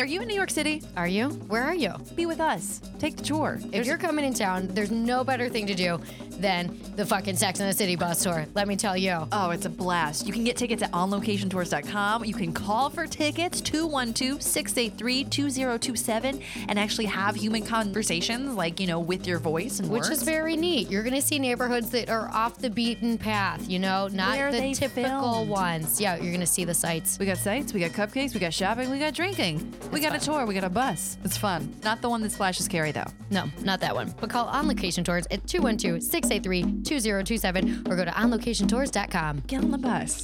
are you in New York City? Are you? Where are you? Be with us. Take the tour. If you're coming in town, there's no better thing to do than the fucking Sex and the City bus tour. Let me tell you. Oh, it's a blast. You can get tickets at onlocationtours.com. You can call for tickets 212-683-2027 and actually have human conversations like, you know, with your voice and Which words. is very neat. You're going to see neighborhoods that are off the beaten path, you know, not Where the they typical filmed. ones. Yeah, you're going to see the sites. we got sights, we got cupcakes, we got shopping, we got drinking. we got a tour, we got a bus. It's fun. Not the one that splashes carry though. No, not that one. But call On Location Tours at 212 683 2027 or go to onlocationtours.com. Get on the bus.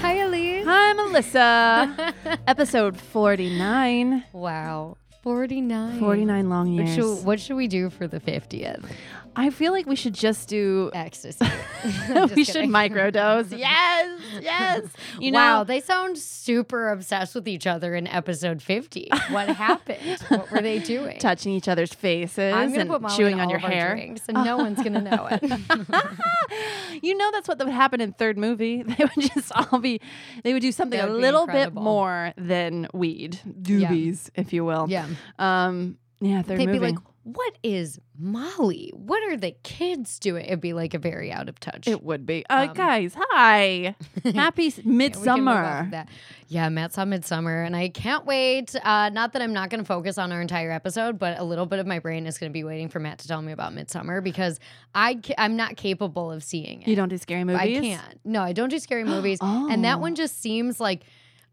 Hi, Elise. Hi, Melissa. Episode 49. Wow. 49. 49 long What years. should, what should we do for the 50th? I feel like we should just do. Ecstasy. we should microdose. Yes, yes. You know, wow, they sound super obsessed with each other in episode 50. What happened? what were they doing? touching each other's faces I'm gonna and put Molly chewing in on all your of our hair. drinks, and no one's gonna know it. You know that's what would happen in third movie. They would just all be. They would do something That a would be little incredible. bit more than weed doobies, if you will. yeah, Um. Yeah. 3rd they'd be movie. like, "What is Molly? What are the kids doing?" It'd be like a very out of touch. it would be. Uh, Um, guys, hi. Happy s- Yeah, we can move off midsummer. of that. Yeah, Matt saw Midsummer, and I can't wait. Uh, not that I'm not going to focus on our entire episode, but a little bit of my brain is going to be waiting for Matt to tell me about Midsummer because I ca- I'm not capable of seeing it. You don't do scary movies. I can't. No, I don't do scary movies, and that one just seems like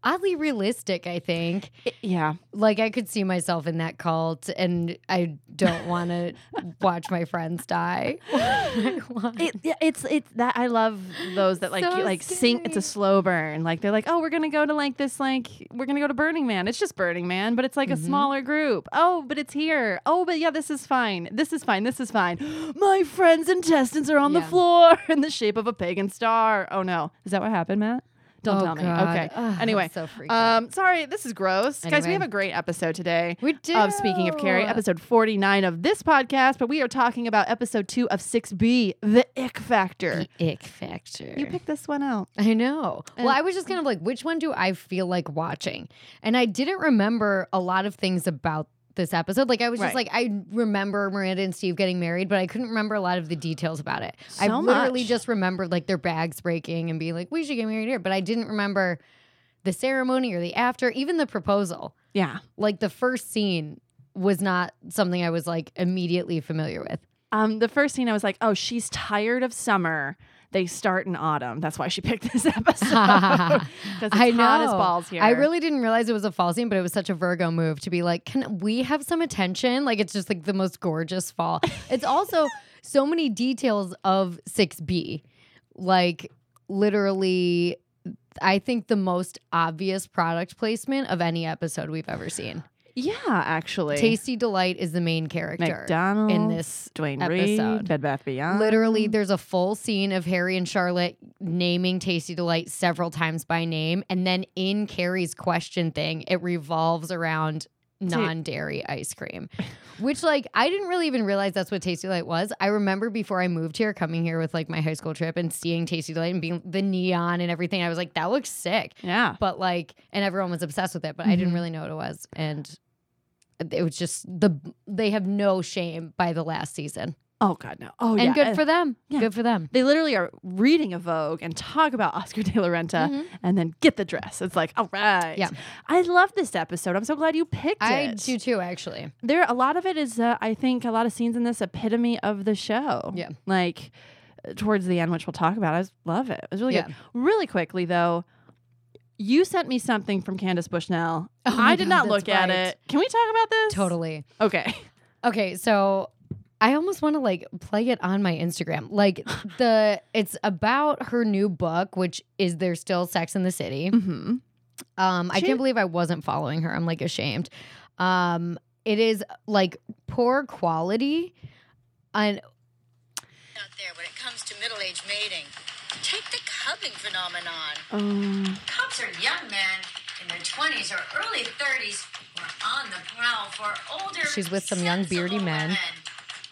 oddly realistic. I think. I- yeah. like I could see myself in that cult, and I don't want to watch my friends die. I want- It, yeah, it's it's that I love those that like So you, like sink. It's a scary. slow burn. Like they're like, oh, we're gonna go to like this like we're gonna go to Burning Man. It's just Burning Man, but it's like Mm-hmm. a smaller group. Oh, but it's here. Oh, but yeah, this is fine. This is fine. This is fine. My friend's intestines are on Yeah. the floor in the shape of a pagan star. Oh no, is that what happened, Matt? Don't Oh, tell me. God. Okay. Ugh, I'm anyway, so freaked out. um, sorry, this is gross, guys. We Anyway. have a great episode today. We Of speaking of Carrie, do. episode 49 of this podcast, but we are talking about episode 2 of 6B, The Ick Factor. The ick factor. You picked this one out. I know. And- well, I was just kind of like, which one do I feel like watching? And I didn't remember a lot of things about this episode. Like I was just Right. like, I remember Miranda and Steve getting married, but I couldn't remember a lot of the details about it. I So literally much. just remembered like their bags breaking and being like, we should get married here. But I didn't remember the ceremony or the after, even the proposal. Yeah. Like the first scene was not something I was like immediately familiar with. Um, the first scene I was like, oh, she's tired of summer. They start in autumn. That's why she picked this episode. Because it's I hot as know. balls here. I really didn't realize it was a fall scene, but it was such a Virgo move to be like, can we have some attention? Like, it's just like the most gorgeous fall. It's also so many details of 6B. Like, literally, I think the most obvious product placement of any episode we've ever seen. Yeah, actually. Tasty Delight is the main character. McDonald's. in this Dwayne episode. Reed. Bed Bath Beyond. Literally, there's a full scene of Harry and Charlotte naming Tasty Delight several times by name. And then in Carrie's question thing, it revolves around non dairy ice cream, which, like, I didn't really even realize that's what Tasty Delight was. I remember before I moved here, coming here with like my high school trip and seeing Tasty Delight and being the neon and everything. I was like, that looks sick. Yeah. But like, and everyone was obsessed with it, but I didn't Mhm. really know what it was. And it was just the they have no shame by the last season Oh, God, no. Oh, yeah. and good for them. yeah. Good for them. they literally are reading a Vogue and talk about Oscar de la Renta Mhm. and then get the dress. It's like, all right. Yeah. I love this episode. I'm so glad you picked I it. do too, actually. There, a lot of it is, uh, I think, a lot of scenes in this epitome of the show. Yeah. Like uh, towards the end, which we'll talk about. I just love it. It was really Yeah. good. Really quickly, though, you sent me something from Candace Bushnell. Oh my I did God, not that's look at right. it. Can we talk about this? Totally. Okay. Okay, so I almost want to like play it on my Instagram. Like the it's about her new book, which is there still Sex in the City. Mm-hmm. Um, I She- can't believe I wasn't following her. I'm like ashamed. Um, it is like poor quality, and out there when it comes to middle age mating. Take the cubbing phenomenon. Um, Cubs are young men in their 20s or early 30s who are on the prowl for older. She's with some young beardy sensible men. women.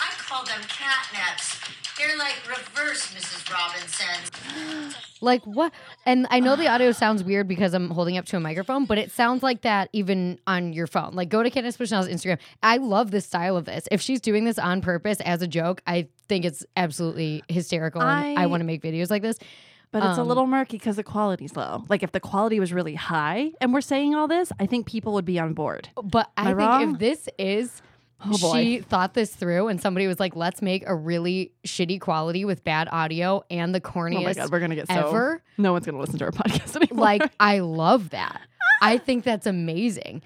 I call them catnaps. They're like reverse Mrs. Robinsons. Like what? And I know the audio sounds weird because I'm holding up to a microphone, but it sounds like that even on your phone. Like go to Candace Bushnell's Instagram. I love the style of this. If she's doing this on purpose as a joke, I think it's absolutely hysterical. and I I- want to make videos like this. But it's a Um, little murky because the quality's low. Like if the quality was really high and we're saying all this, I think people would be on board. Oh But I, I think wrong? if this is Oh, boy. she thought this through and somebody was like, let's make a really shitty quality with bad audio and the corniest Oh my god, we're gonna get so ever. no one's gonna listen to our podcast anymore. like I love that. I think that's amazing.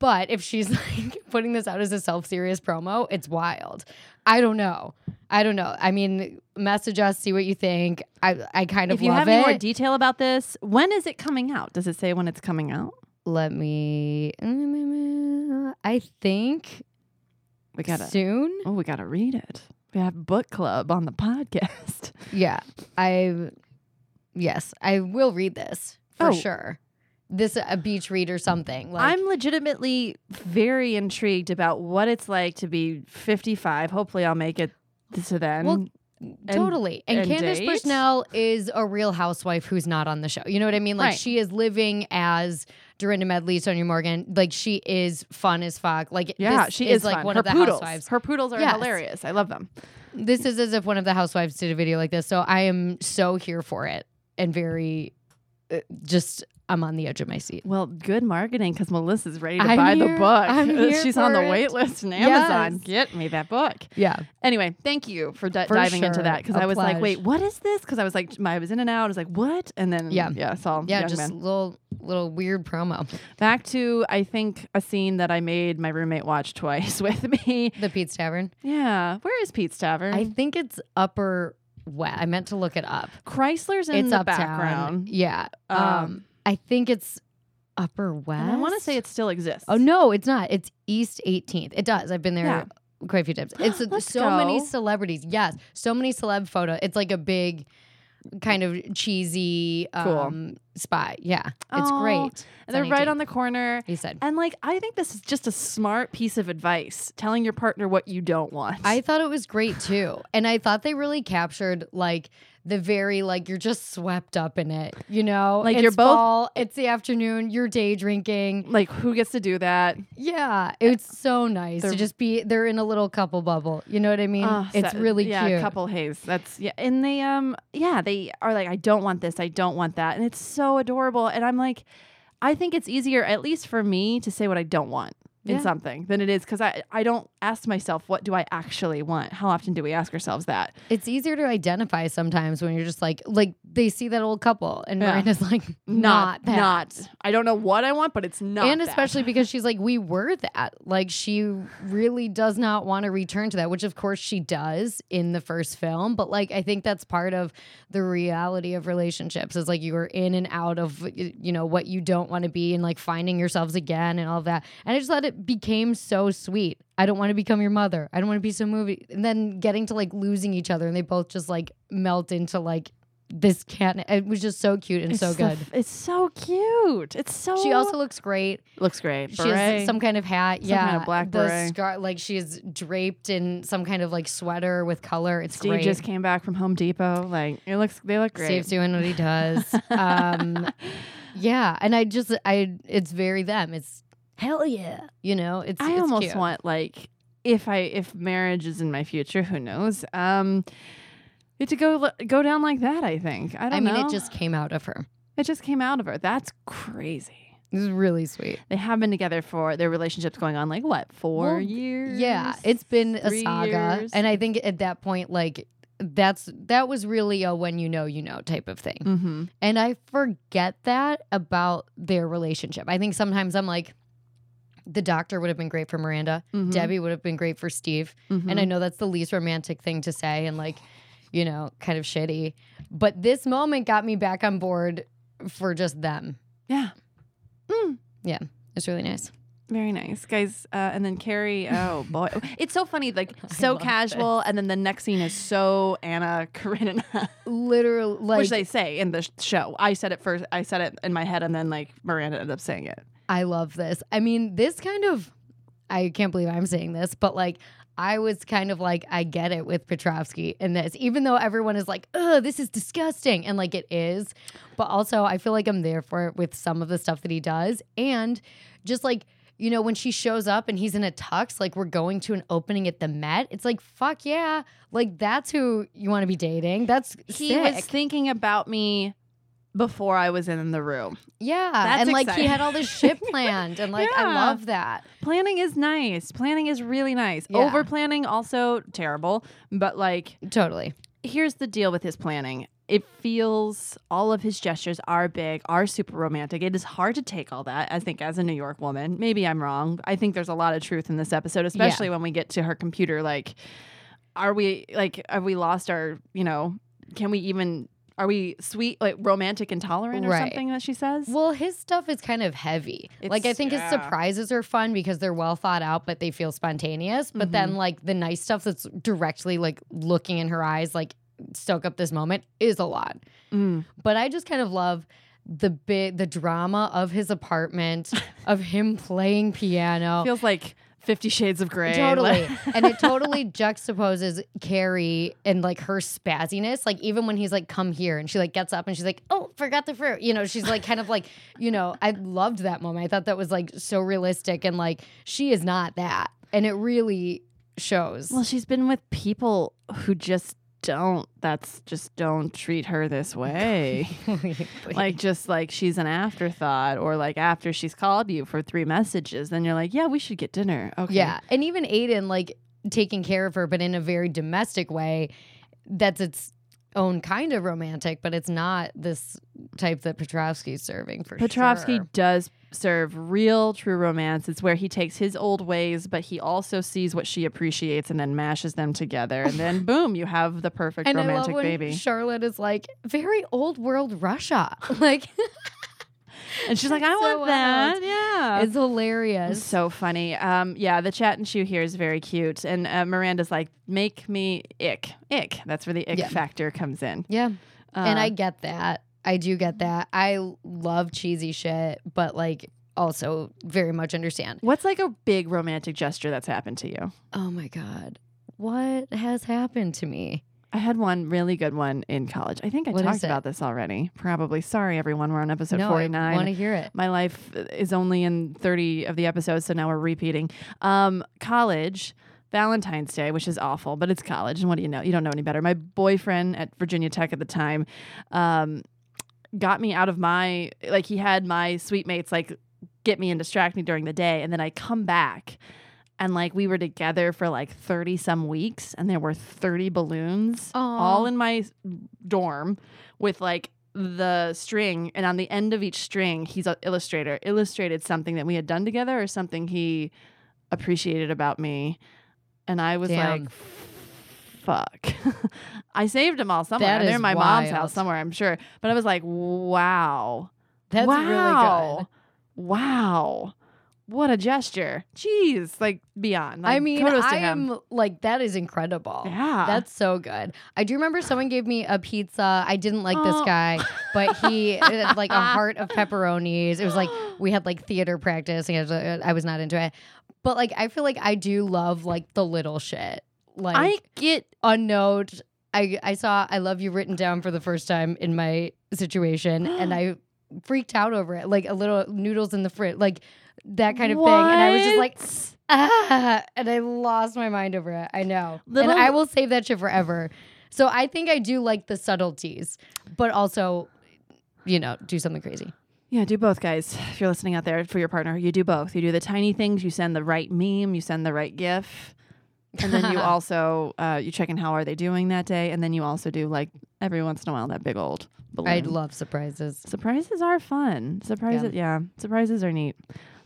But if she's like putting this out as a self-serious promo, it's wild. I don't know. I don't know. I mean, message us, see what you think. I I kind of if you love have any it. more detail about this, when is it coming out? Does it say when it's coming out? Let me I think We gotta soon. Oh, we gotta read it. We have book club on the podcast. Yeah. I yes, I will read this for Oh. sure. This a beach read or something. Like I'm legitimately very intrigued about what it's like to be 55. Hopefully, I'll make it to then. Well, totally. And, and Candace date? Bushnell is a real housewife who's not on the show. You know what I mean? Like Right. she is living as Dorinda Medley, Sonia Morgan. Like she is fun as fuck. Like yeah, this she is, is, like fun. one Her of the poodles. housewives. Her poodles are Yes. hilarious. I love them. This is as if one of the housewives did a video like this. So I am so here for it and very uh, just I'm on the edge of my seat. Well, good marketing because Melissa's ready to I'm buy here. the book. I'm here She's on the for it. wait list in Yes. Amazon. Get me that book. Yeah. Anyway, thank you for, di- For diving into sure. that because A I was like, pledge. wait, what is this? Because I was like, I was in and out. I was like, what? And then Yeah. yeah, yeah, so Yeah, young just man. little little weird promo. Back to I think a scene that I made my roommate watch twice with me. The Pete's Tavern. Yeah, where is Pete's Tavern? I think it's upper west. I meant to look it up. Chrysler's in it's the uptown. background. Yeah. Um, Um, I think it's upper west. And I want to say it still exists. Oh no, it's not. It's East 18th. It does. I've been there Yeah. quite a few times. It's Let's so many go. celebrities. Yes, so many celeb photo. It's like a big kind of cheesy Cool. um spot. Yeah. It's Aw. great. It's And they're on right 18th, on the corner. He said. And like, I think this is just a smart piece of advice, telling your partner what you don't want. I thought it was great too. And I thought they really captured like the very like you're just swept up in it, you know? Like, it's you're both- fall, it's the afternoon, you're day drinking. like who gets to do that? Yeah. It's so nice to Eh, They're- just be they're in a little couple bubble. You know what I mean? Oh, Ah, it's so- really yeah, cute. Couple haze. That's yeah. And they um yeah they are like I don't want this. I don't want that. And it's so adorable. And I'm like, I think it's easier at least for me to say what I don't want. Yeah. In something than it is because I I don't ask myself what do I actually want. How often do we ask ourselves that? It's easier to identify sometimes when you're just like like they see that old couple and Yeah. Miranda's like not Not that. not. I don't know what I want, but it's not. and that. especially because she's like, we were that. Like, she really does not want to return to that, which of course she does in the first film. But like, I think that's part of the reality of relationships is like you are in and out of, y- you know, what you don't want to be and like finding yourselves again and all of that. And I just thought it became so sweet. I don't want to become your mother. I don't want to be so movie. And then getting to like losing each other and they both just like melt into like this cat. It was just so cute and It's so the good. f- it's so cute. It's so. She also looks great. looks great. She has some kind of hat. Some yeah, kind of black the beret. scar- like she is draped in some kind of like sweater with color. It's Steve great. just came back from Home Depot. Like it looks. They look great. Steve's doing what he does. um, yeah, and I just I it's very them. It's hell yeah. You know, it's I it's almost cute. want like if I if marriage is in my future, who knows? Um, it to go go down like that. I think I I don't mean, know. it just came out of her. it just came out of her. That's crazy. It was really sweet. They have been together for their relationships going on like what four Well, years? Yeah, it's been a Three saga, years? and I think at that point, like that's that was really a when you know you know type of thing. Mm-hmm. And I forget that about their relationship. I think sometimes I'm like, the doctor would have been great for Miranda. Debbie would have been great for Steve. mm-hmm. And I know that's the least romantic thing to say and like, you know, kind of shitty. But this moment got me back on board for just them. yeah, It's really nice. very nice guys. Uh, and then Carrie. Oh boy, it's so funny. Like I so love casual, this. and then the next scene is so Anna Karenina. Literally, like, which they say in the sh- show. I said it first. I said it in my head, and then like Miranda ended up saying it. I love this. I mean, this kind of, I can't believe I'm saying this, but like, I was kind of like, I get it with Petrovsky in this, even though everyone is like, oh, this is disgusting. And like it is. But also, I feel like I'm there for it with some of the stuff that he does. And just like, you know, when she shows up and he's in a tux, like we're going to an opening at the Met, it's like, fuck yeah. Like that's who you want to be dating. That's He sick. was thinking about me before I was in the room. yeah. That's and like he exciting. had all this shit planned. And like, I Yeah. love that. Planning is nice. Planning is really nice. Yeah. Over planning also terrible, but like Totally. here's the deal with his planning. It feels all of his gestures are big, are super romantic. It is hard to take all that, I think, as a New York woman. Maybe I'm wrong. I think there's a lot of truth in this episode, especially when we get to her computer. Like, are we, like, have we lost our, you know, can we even, are we sweet, like, romantic intolerant or Right. something that she says? Well, his stuff is kind of heavy. like I It's- think his yeah. surprises are fun because they're well thought out, but they feel spontaneous. But then Mm-hmm. like the nice stuff that's directly like looking in her eyes, like soak up this moment is a lot. Mm. But I just kind of love the bit the drama of his apartment, of him playing piano. Feels like Fifty Shades of Grey. Totally. and it totally juxtaposes Carrie and like her spazziness. Like even when he's like, come here and she like gets up and she's like, Oh, forgot the fruit. You know, she's like kind of like, you know, I loved that moment. I thought that was like so realistic and like she is not that. And it really shows. Well, she's been with people who just don't. That's just don't treat her this way. like just like she's an afterthought, or like after she's called you for three messages, then you're like, yeah, we should get dinner. Okay. Yeah. And even Aiden like taking care of her, but in a very domestic way, that's its own kind of romantic, but it's not this type that Petrovsky's serving for Petrovsky sure. does serve real true romance. It's where he takes his old ways, but he also sees what she appreciates and then mashes them together. And then boom, you have the perfect and I love romantic when baby. Charlotte is like very old world Russia. Like and she's like, I so want wild. that. Yeah. it's hilarious. So funny. Um, yeah, the chat and shoe here is very cute. And uh, Miranda's like, make me ick. Ick. That's where the ick Yeah. factor comes in. yeah, Uh, and I get that. I do get that. I love cheesy shit, but like also very much understand. What's like a big romantic gesture that's happened to you? Oh my god, what has happened to me? I had one really good one in college. I think I What is talked it? about this already. Probably. Sorry, everyone. We're on episode no, I 49. want to hear it. My life is only in 30 of the episodes, so now we're repeating. Um, college, Valentine's Day, which is awful, but it's college. And what do you know? You don't know any better. My boyfriend at Virginia Tech at the time um, got me out of my, like, he had my suite mates, like, get me and distract me during the day. And then I come back. And like we were together for like 30 some weeks, and there were 30 balloons all Aw. in my s- dorm with like the string and on the end of each string he's an illustrator illustrated something that we had done together or something he appreciated about me and i was Damn. like fuck i saved them all somewhere That they're is in my mom's wild. house somewhere i'm sure but i was like wow That's really good. wow wow what a gesture jeez like beyond like, I mean, kudos to I him. am like that is incredible. yeah That's so good. I do remember someone gave me a pizza. I didn't like this Oh. guy, but he it had like a heart of pepperonis. It was like we had like theater practice. And I was, uh, I was not into it, but like I feel like I do love like the little shit, like i get unknown. I I saw I love you written down for the first time in my situation, and I freaked out over it, like a little noodles in the fridge, like that kind of thing. And I was just like, "What?" ah, and I lost my mind over it. I know. Little- And I will save that shit forever. So I think I do like the subtleties, but also, you know, do something crazy. Yeah, do both, guys. If you're listening out there for your partner, you do both. You do the tiny things. You send the right meme. You send the right GIF, and then you also uh, you check in how are they doing that day, and then you also do like every once in a while that big old balloon. I love surprises. Surprises are fun. Surprises, yeah. Surprises are neat.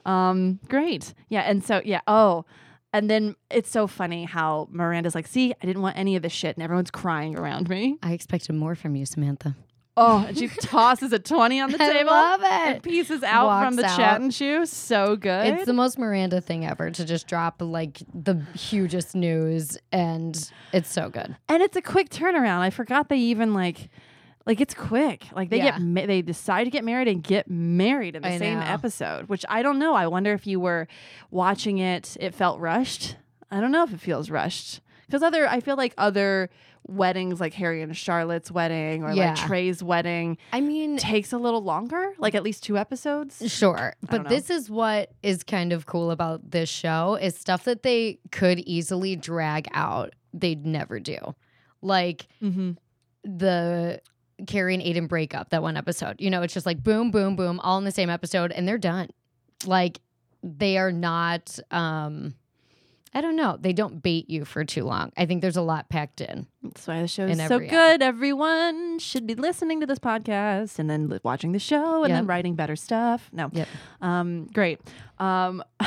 Um, great. Yeah, and so yeah. Oh, and then it's so funny how Miranda's like, "See, I didn't want any of this shit," and everyone's crying around me. I expected more from you, Samantha. Oh, and she tosses a twenty on the I table. love and it. pieces out Walks from the out. chat and shoe. So good. It's the most Miranda thing ever to just drop like the hugest news, and it's so good. and it's a quick turnaround. I forgot they even like like it's quick. Like they Yeah. get ma- they decide to get married and get married in the I same know. episode, which I don't know. I wonder if you were watching it it felt rushed. I don't know if it feels rushed because other I feel like other weddings like Harry and Charlotte's wedding or Yeah. like Trey's wedding I mean, takes a little longer, like at least two episodes. Sure. But know. this is what is kind of cool about this show is stuff that they could easily drag out. They'd never do. Like Mm-hmm. the Carrie and Aiden break up that one episode. You know, it's just like boom, boom, boom, all in the same episode, and they're done. Like they are not um I don't know. They don't bait you for too long. I think there's a lot packed in. That's why the show is In so every app. good. Everyone should be listening to this podcast and then li- watching the show and then Yep. writing better stuff. No, Yep. um, great. Um,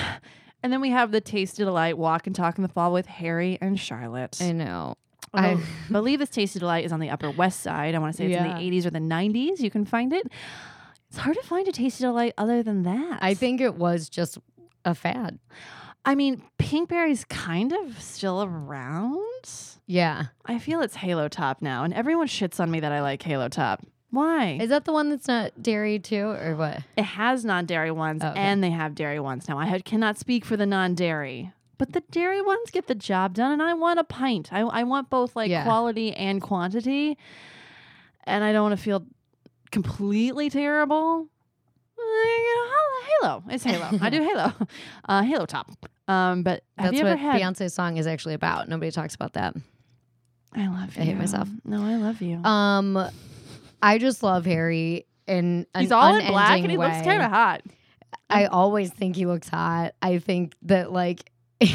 and then we have the Tasty Delight walk and talk in the fall with Harry and Charlotte. Oh, I know. I I- believe this Tasty Delight is on the Upper West Side. I want to say it's Yeah. in the 80s or the 90s. You can find it. It's hard to find a Tasty Delight other than that. I think it was just a fad. I mean, Pinkberry's kind of still around. Yeah. I feel it's Halo Top now, and everyone shits on me that I like Halo Top. Why? Is that the one that's not dairy too or what? it has non-dairy ones, Oh, okay. and they have dairy ones now. I had- cannot speak for the non-dairy, but the dairy ones get the job done, and I want a pint. I, I want both like Yeah. quality and quantity, and I don't want to feel completely terrible. Halo, it's Halo. I do Halo, uh, Halo Top. Um, but have That's you ever what had? Beyonce's song is actually about. Nobody talks about that. I Uh, love you. I hate myself. No, I love you. Um, I just love Harry in an He's all in unending black, and he way. looks kind of hot. I always think he looks hot. I think that like I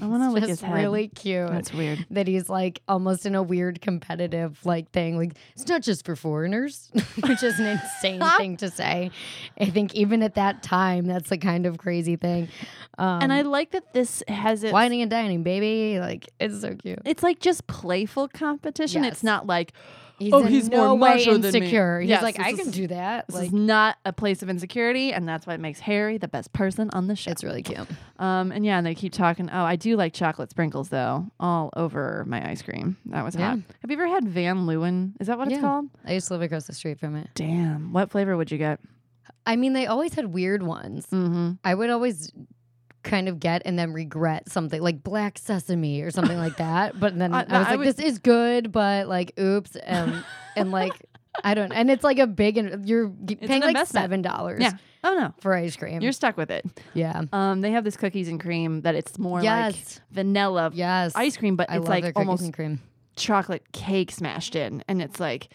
wanna lick his head. really cute. That's weird. that he's like almost in a weird competitive like thing. Like it's not just for foreigners, which is an insane thing to say. I think even at that time, that's the kind of crazy thing. Um, and I like that this has its Oh, whining and dining, baby. Like it's so cute. It's like just playful competition. It's Yes. not like He's Oh, in he's no more way macho than me. insecure. He's Yes, like, this I is- can do that. this Like, is not a place of insecurity, and that's what makes Harry the best person on the show. it's really cute. um, and yeah, and they keep talking. Oh, I do like chocolate sprinkles though, all over my ice cream. That was Yeah. hot. Have you ever had Van Leeuwen? Is that what Yeah. it's called? I used to live across the street from it. Damn, what flavor would you get? I mean, they always had weird ones. Mm-hmm. I would always kind of get and then regret something like black sesame or something like that. But then Uh, I was no, like, I would- this is good, but like, oops, um, and like. I don't, and it's like a big, and you're g- paying like an investment. seven dollars Yeah. Oh no, for ice cream. you're stuck with it. yeah, Um, they have this cookies and cream that it's more yes, like vanilla yes. ice cream, but I it's love like their cookies almost and cream. chocolate cake smashed in, and it's like,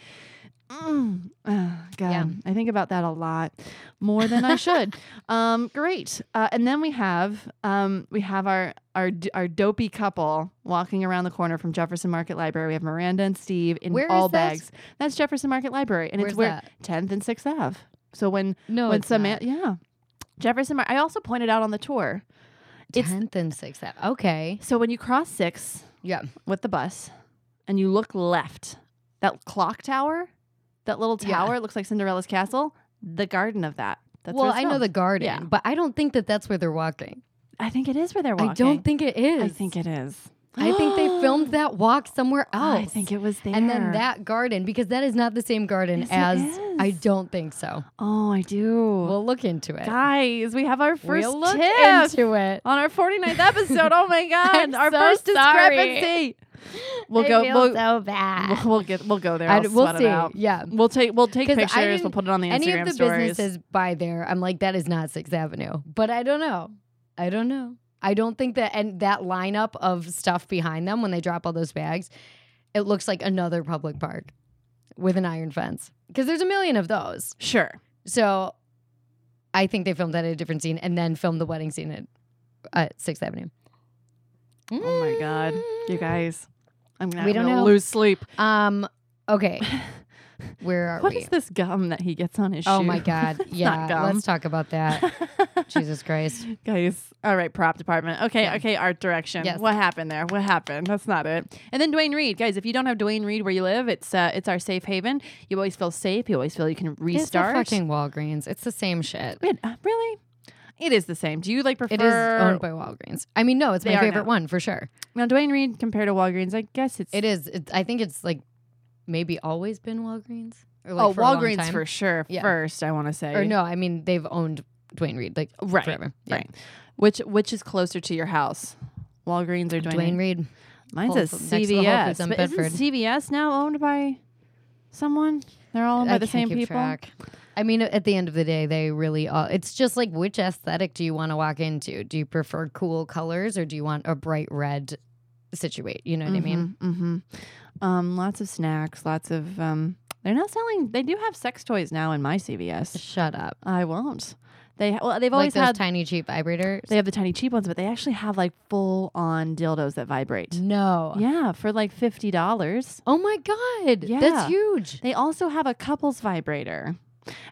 mm, ah, God, Yeah. I think about that a lot more than I should. Um, great, uh, and then we have um, we have our our d- our dopey couple walking aroround the corner from Jefferson Market Library. We have Miranda and Steve in Where all is that? bags. That's Jefferson Market Library, and Where's it's where that? Tenth and Sixth Ave. So when No, when it's not. Samantha, yeah, Jefferson. Mar- I also pointed out on the tour. It's- tenth and sixth. Ave. Okay, So when you cross Six, yeah, with the bus and you look left, that clock tower, that little Yeah. tower, it looks like Cinderella's castle, the garden of that. That's where well, it's I know filmed. the garden, Yeah. but I don't think that that's where they're walking. I think it is where they're walking. I don't think it is. I think it is. I think they filmed that walk somewhere else. I think it was there. And then that garden, because that is not the same garden Yes, it as. I is. don't think so. Oh, I do. We'll look into it. Guys, we have our 1st we'll look tip Oh, into it. on our 49th episode. Oh my I'm god, our so first sorry. discrepancy. We'll I go. feel We'll, so bad. we'll, we'll get. We'll go there. I- I'll we'll sweat see. it out. Yeah. We'll take. We'll take 'Cause I pictures. We'll didn't- put it on the Instagram Any of the stories. businesses by there, I'm like, that is not Sixth Avenue. But I don't know. I don't know. I don't think that and that lineup of stuff behind them when they drop all those bags, it looks like another public park with an iron fence. Because there's a million of those. Sure. So I think they filmed that at a different scene and then filmed the wedding scene at uh, Sixth Avenue. Oh my god, you guys! I'm gonna, We I'm don't gonna know. lose sleep. Um. Okay. Where are What we? is this gum that he gets on his oh shoe? my god. It's yeah. not gum. Let's talk about that. Jesus Christ. guys. All right, prop department. Okay, okay, art direction. Yes. What happened there? What happened? That's not it. And then Dwayne Reed, guys. If you don't have Dwayne Reed where you live, it's uh, it's our safe haven. You always feel safe. You always feel you can It's the restart. fucking Walgreens. It's the same shit. Wait, uh, really? It is the same. Do you like prefer? It is owned by Walgreens. I mean, no, it's They my are favorite now. one for sure. now Dwayne Reed compared to Walgreens. I guess it's It is. It, I think it's like maybe always been Walgreens. Or like oh for a long Walgreens time. for sure. Yeah. First, I want to say Or no, I mean they've owned Dwayne Reed like Right, forever. Yeah. Right. Which which is closer to your house? Walgreens or Dwayne, Dwayne Reed. Reed. Mine Whole says Foods- next to the Whole CVS. Foods on But isn't Bedford. CVS now owned by someone? They're all owned by I the can't same keep people. track. I mean, at the end of the day, they really all. It's just like which aesthetic do you want to walk into? Do you prefer cool colors or do you want a bright red situate? You know what I mean? hmm Um, lots of snacks. Lots of. Um, they're not selling. They do have sex toys now in my CVS. Shut up. I won't. They ha- well, they've Like always those had. tiny cheap vibrators. they have the tiny cheap ones, but they actually have like full on dildos that vibrate. no. Yeah, for like fifty dollars. Oh my god. Yeah. That's huge. They also have a couples vibrator.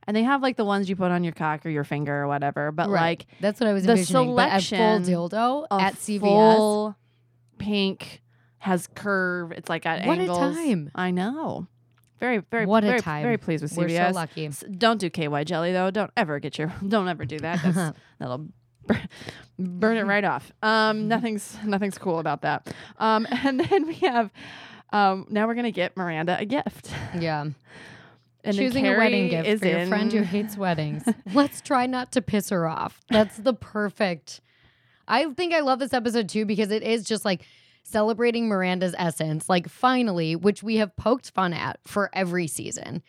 And they have like the ones you put on your cock or your finger or whatever, but Right. like that's what I was the envisioning. But a full selection dildo a at CVS. full pink has curve. It's like at What a angles. time. I know. Very very What a very, time. very pleased with We're CVS. so lucky. S- Don't do KY jelly though. Don't ever get your don't ever do that. That's, that'll bur- burn it right off. Um, nothing's nothing's cool about that. Um, and then we have um, now we're gonna get Miranda a gift. Yeah. And then Choosing a wedding Carrie gift is for your friend who in- hates weddings. Let's try not to piss her off. That's the perfect. I think I love this episode too because it is just like celebrating Miranda's essence, like finally, which we have poked fun at for every season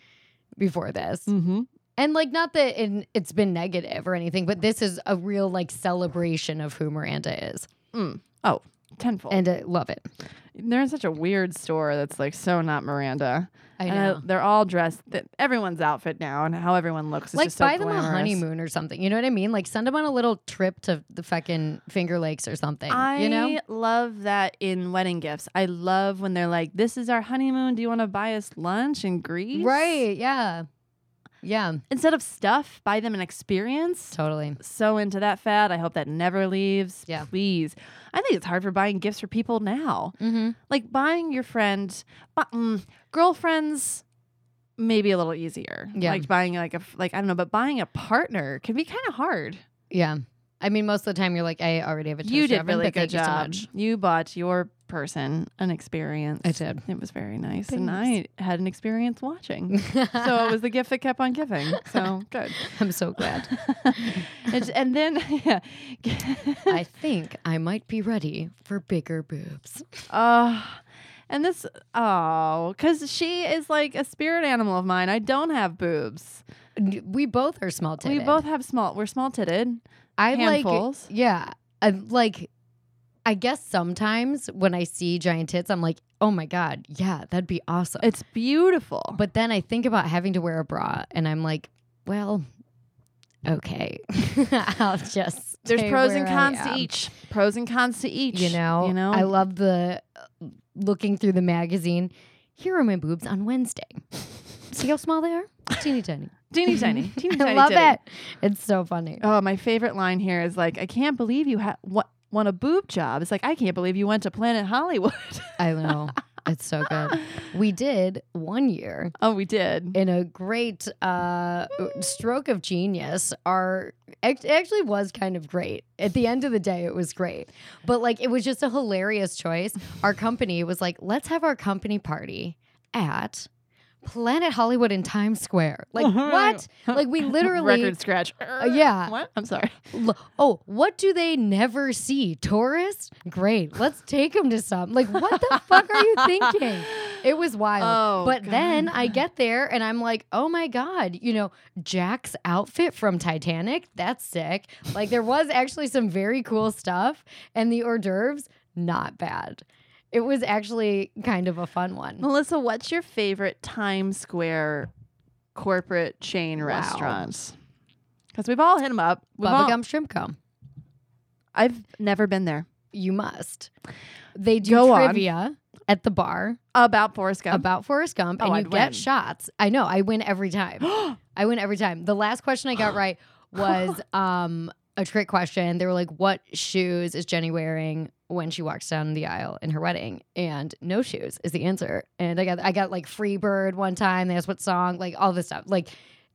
before this. Mhm. And like, not that it, it's been negative or anything, but this is a real like celebration of who Miranda is. Oh, tenfold. And I love it. they're in such a weird store that's like so not Miranda. I And uh, know. they're all dressed. Th- everyone's outfit now and how everyone looks is like, just so buy them glamorous. a honeymoon or something. You know what I mean? Like, send them on a little trip to the fucking Finger Lakes or something. I you know? love that in wedding gifts. I love when they're like, "This is our honeymoon. Do you want to buy us lunch in Greece?" Right. Yeah. Yeah. Instead of stuff, buy them an experience. Totally. So into that fad. I hope that never leaves. Yeah. Please. I think it's hard for buying gifts for people now. Mm-hmm. like buying your friend bu- mm, girlfriends maybe a little easier Yeah. like buying like a f- like i don't know but buying a partner can be kind of hard Yeah. I mean, most of the time you're like, I already have a you toaster did oven, really but thank good job You so much. you bought your person an experience I did. it was very nice and i Thanks. had an experience watching so it was the gift that kept on giving so good I'm so glad. and, and then yeah I think I might be ready for bigger boobs. Uh, and this, oh, because she is like a spirit animal of mine. I don't have boobs. We both are small titted. We both have small. We're small titted. I handfuls. like. Yeah. I like. I guess sometimes when I see giant tits, I'm like, oh my god, yeah, that'd be awesome. It's beautiful. but then I think about having to wear a bra, and I'm like, well, okay, I'll just. there's stay pros and where I cons to am. each. Pros and cons to each. uh, You know, You know. I love the uh, looking through the magazine. Here are my boobs on Wednesday. See how small they are? Teeny tiny. teeny tiny. Teeny I tiny. love titty. it. It's so funny. Oh, my favorite line here is like, I can't believe you ha- wa- won a boob job. It's like, I can't believe you went to Planet Hollywood. I know. It's so good. We did one year oh, we did. in a great uh, stroke of genius are it actually was kind of great at the end of the day it was great but like it was just a hilarious choice our company was like let's have our company party at planet hollywood in times square like what like we literally Record scratch. Oh, yeah. What? I'm sorry. L- Oh, what do they never see? Tourists? Great. Let's take them to some. Like, what the fuck are you thinking? It was wild. Oh, but then God. I get there and I'm like, oh my God, you know, Jack's outfit from Titanic? That's sick. Like, there was actually some very cool stuff, and the hors d'oeuvres, not bad. It was actually kind of a fun one. Melissa, what's your favorite Times Square corporate chain restaurants? Because we've all hit them up. We've all- Bubblegum Shrimp Co. I've never been there. You must. They do Go on. trivia at the bar. About Forrest Gump. about Forrest Gump Oh, and you I'd get win. shots. I know, I win every time. I win every time. The last question I got right was um a trick question. They were like, What shoes is Jenny wearing when she walks down the aisle in her wedding? And no shoes is the answer. And I got I got like Free Bird one time. They asked what song, like all this stuff. Like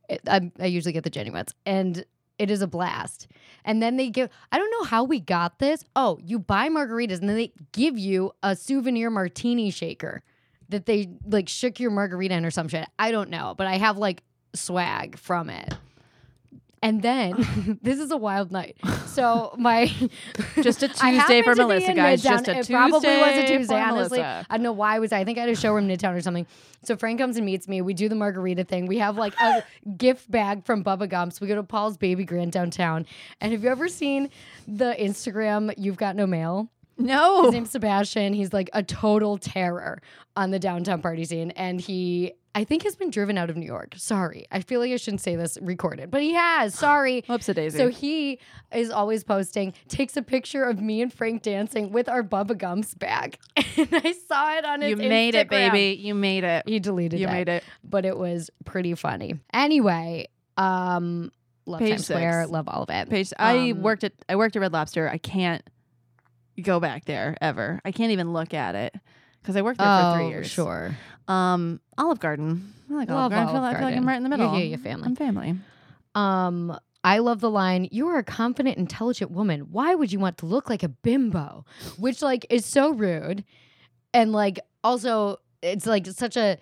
it, I, I usually get the Jenny ones. And it is a blast. And then they give, I don't know how we got this. Oh, you buy margaritas and then they give you a souvenir martini shaker that they like shook your margarita in or some shit. I don't know, but I have like swag from it. And then this is a wild night. So my Just a I Tuesday for happened to be Melissa, in Midtown. guys. Just a it probably was a Tuesday Tuesday. for honestly, Melissa. I don't know why I was. I think I had a show from Midtown or something. So Frank comes and meets me. We do the margarita thing. We have like a gift bag from Bubba Gumps. We go to Paul's Baby Grand downtown. And have you ever seen the Instagram? You've got no mail. No. His name's Sebastian. He's like a total terror on the downtown party scene. And he, I think, has been driven out of New York. Sorry. I feel like I shouldn't say this recorded, but he has. Sorry. Whoops a daisy. So he is always posting, takes a picture of me and Frank dancing with our Bubba Gumps bag. And I saw it on his you made it, Instagram. baby. You made it. He deleted You it, made it. but it was pretty funny. Anyway, um, love Page Times Square, six. love all of it. Paige, I Um, worked at I worked at Red Lobster. I can't go back there ever. I can't even look at it because I worked there oh, for three years. sure. Um, Olive Garden. I like Love Olive Garden. I feel, Olive like- I feel like Garden. I'm right in the You- middle. you- your family. I'm family. Um, I love the line, you are a confident, intelligent woman. Why would you want to look like a bimbo? Which like is so rude. And like also it's like such a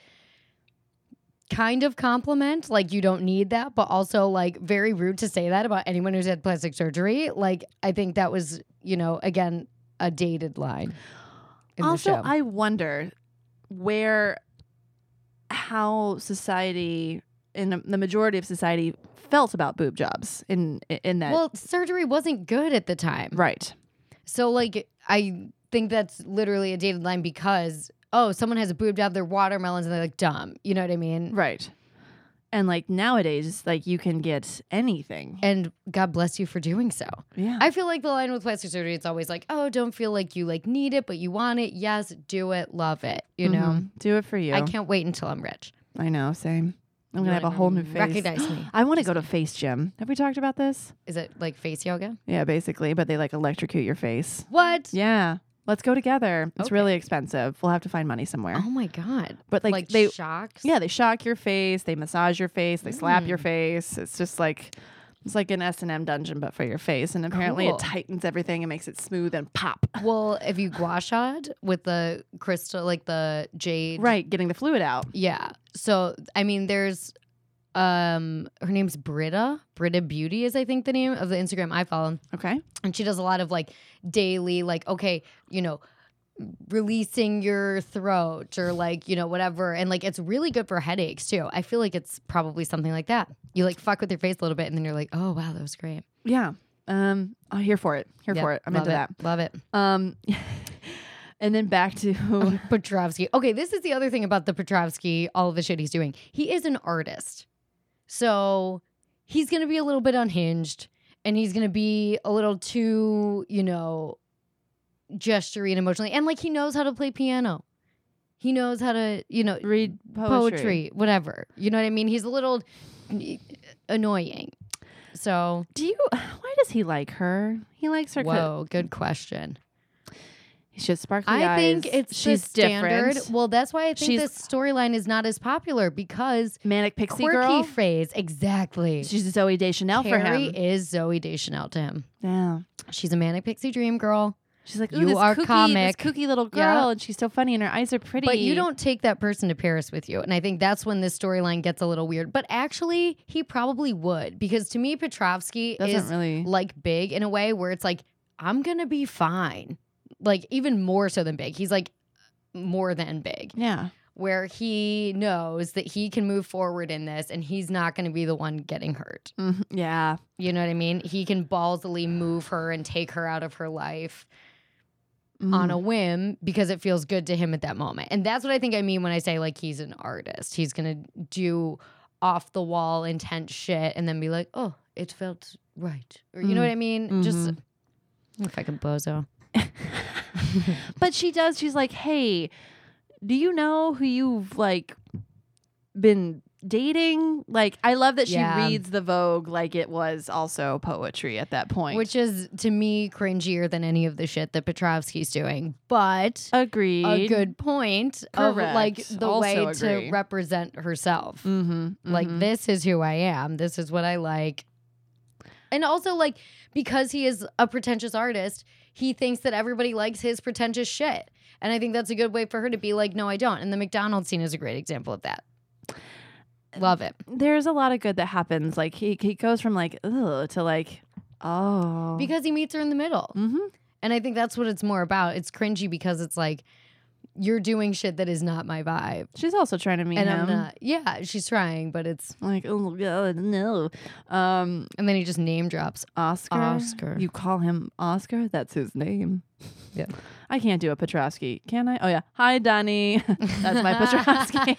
kind of compliment. Like you don't need that, but also like very rude to say that about anyone who's had plastic surgery. Like I think that was, you know, again, a dated line. In also, the show. I wonder where how society and the majority of society felt about boob jobs in in that well, surgery wasn't good at the time. right. So like I think that's literally a dated line because oh, someone has a boob job, they're watermelons and they're like dumb. You know what I mean? Right. And like nowadays, like you can get anything. And God bless you for doing so. Yeah. I feel like the line with plastic surgery, it's always like, oh, don't feel like you like need it, but you want it. Yes, do it, love it. You know? Mhm. do it for you. I can't wait until I'm rich. I know, same. I'm You gonna have a wanna whole new face. Recognize me. I want to go to face gym. Have we talked about this? Is it like face yoga? Yeah, basically, but they like electrocute your face. What? Yeah, let's go together. It's Okay. really expensive. We'll have to find money somewhere. Oh my God. But like, Like, they, shocks? yeah, they shock your face, they massage your face, they slap Mm. your face. It's just like. It's like an S and M dungeon, but for your face, and apparently Cool. it tightens everything and makes it smooth and pop. Well, if you gua sha'd with the crystal, like the jade Right, getting the fluid out. Yeah. So I mean, there's um her name's Britta. Britta Beauty is I think the name of the Instagram I follow. Okay, And she does a lot of like daily, like, okay, you know, releasing your throat or like, you know, whatever. And like it's really good for headaches too. I feel like it's probably something like that. You like fuck with your face a little bit and then you're like, oh wow, that was great. yeah. Um, I'm here for it. Here Yeah, for it. I'm love into that. Love it. Um, and then back to Um, Petrovsky. Okay, this is the other thing about the Petrovsky, all of the shit he's doing. He is an artist. So he's going to be a little bit unhinged and he's going to be a little too, you know, gestury and emotionally. And like he knows how to play piano. He knows how to, you know, read poetry, whatever. You know what I mean? He's a little mm, annoying. So, Do you? Why does he like her? He likes her. 'cause- whoa, good question. She has sparkly I eyes. think it's the she's standard. different. Well, that's why I think She's- this storyline is not as popular because Manic pixie quirky girl. phrase exactly. she's Zoe Deschanel Carrie for him. is Zoe Deschanel to him. Yeah. She's a manic pixie dream girl, She's like, Ooh, You this are kooky, comic." This kooky little girl, Yeah. and she's so funny, and her eyes are pretty. but you don't take that person to Paris with you, and I think that's when this storyline gets a little weird. But actually, he probably would because to me, Petrovsky doesn't is really. like big in a way where it's like I'm gonna be fine, like even more so than big. He's like more than big. Yeah. where he knows that he can move forward in this and he's not going to be the one getting hurt. Mhm. Yeah. You know what I mean? He can ballsily move her and take her out of her life on a whim because it feels good to him at that moment. And that's what I think I mean when I say like he's an artist. He's going to do off the wall intense shit and then be like, "Oh, it felt right." Or you know Mm. what I mean? Just Mm-hmm. if I can bozo. but she does. She's like, hey, do you know who you've like been dating? Like, I love that she Yeah. reads the Vogue like it was also poetry at that point. Which is to me cringier than any of the shit that Petrovsky's doing. But agreed. a good point of like Correct. the Also way agree. to represent herself. Mm-hmm. Like this is who I am. This is what I like. And also like because he is a pretentious artist, he thinks that everybody likes his pretentious shit. Uh, And I think that's a good way for her to be like, no, I don't. And the McDonald's scene is a great example of that. Love it. there's a lot of good that happens. Like he he goes from like ugh to like oh Because he meets her in the middle. mm-hmm. And I think that's what it's more about. It's cringy because it's like, you're doing shit that is not my vibe. she's also trying to meet And him. I'm not. Yeah, she's trying, but it's. Like oh god no, um And then he just name drops. Oscar Oscar. You call him Oscar? That's his name. Yeah. I can't do a Petrovsky, can I? Oh yeah. Hi Donnie. That's my Petrovsky.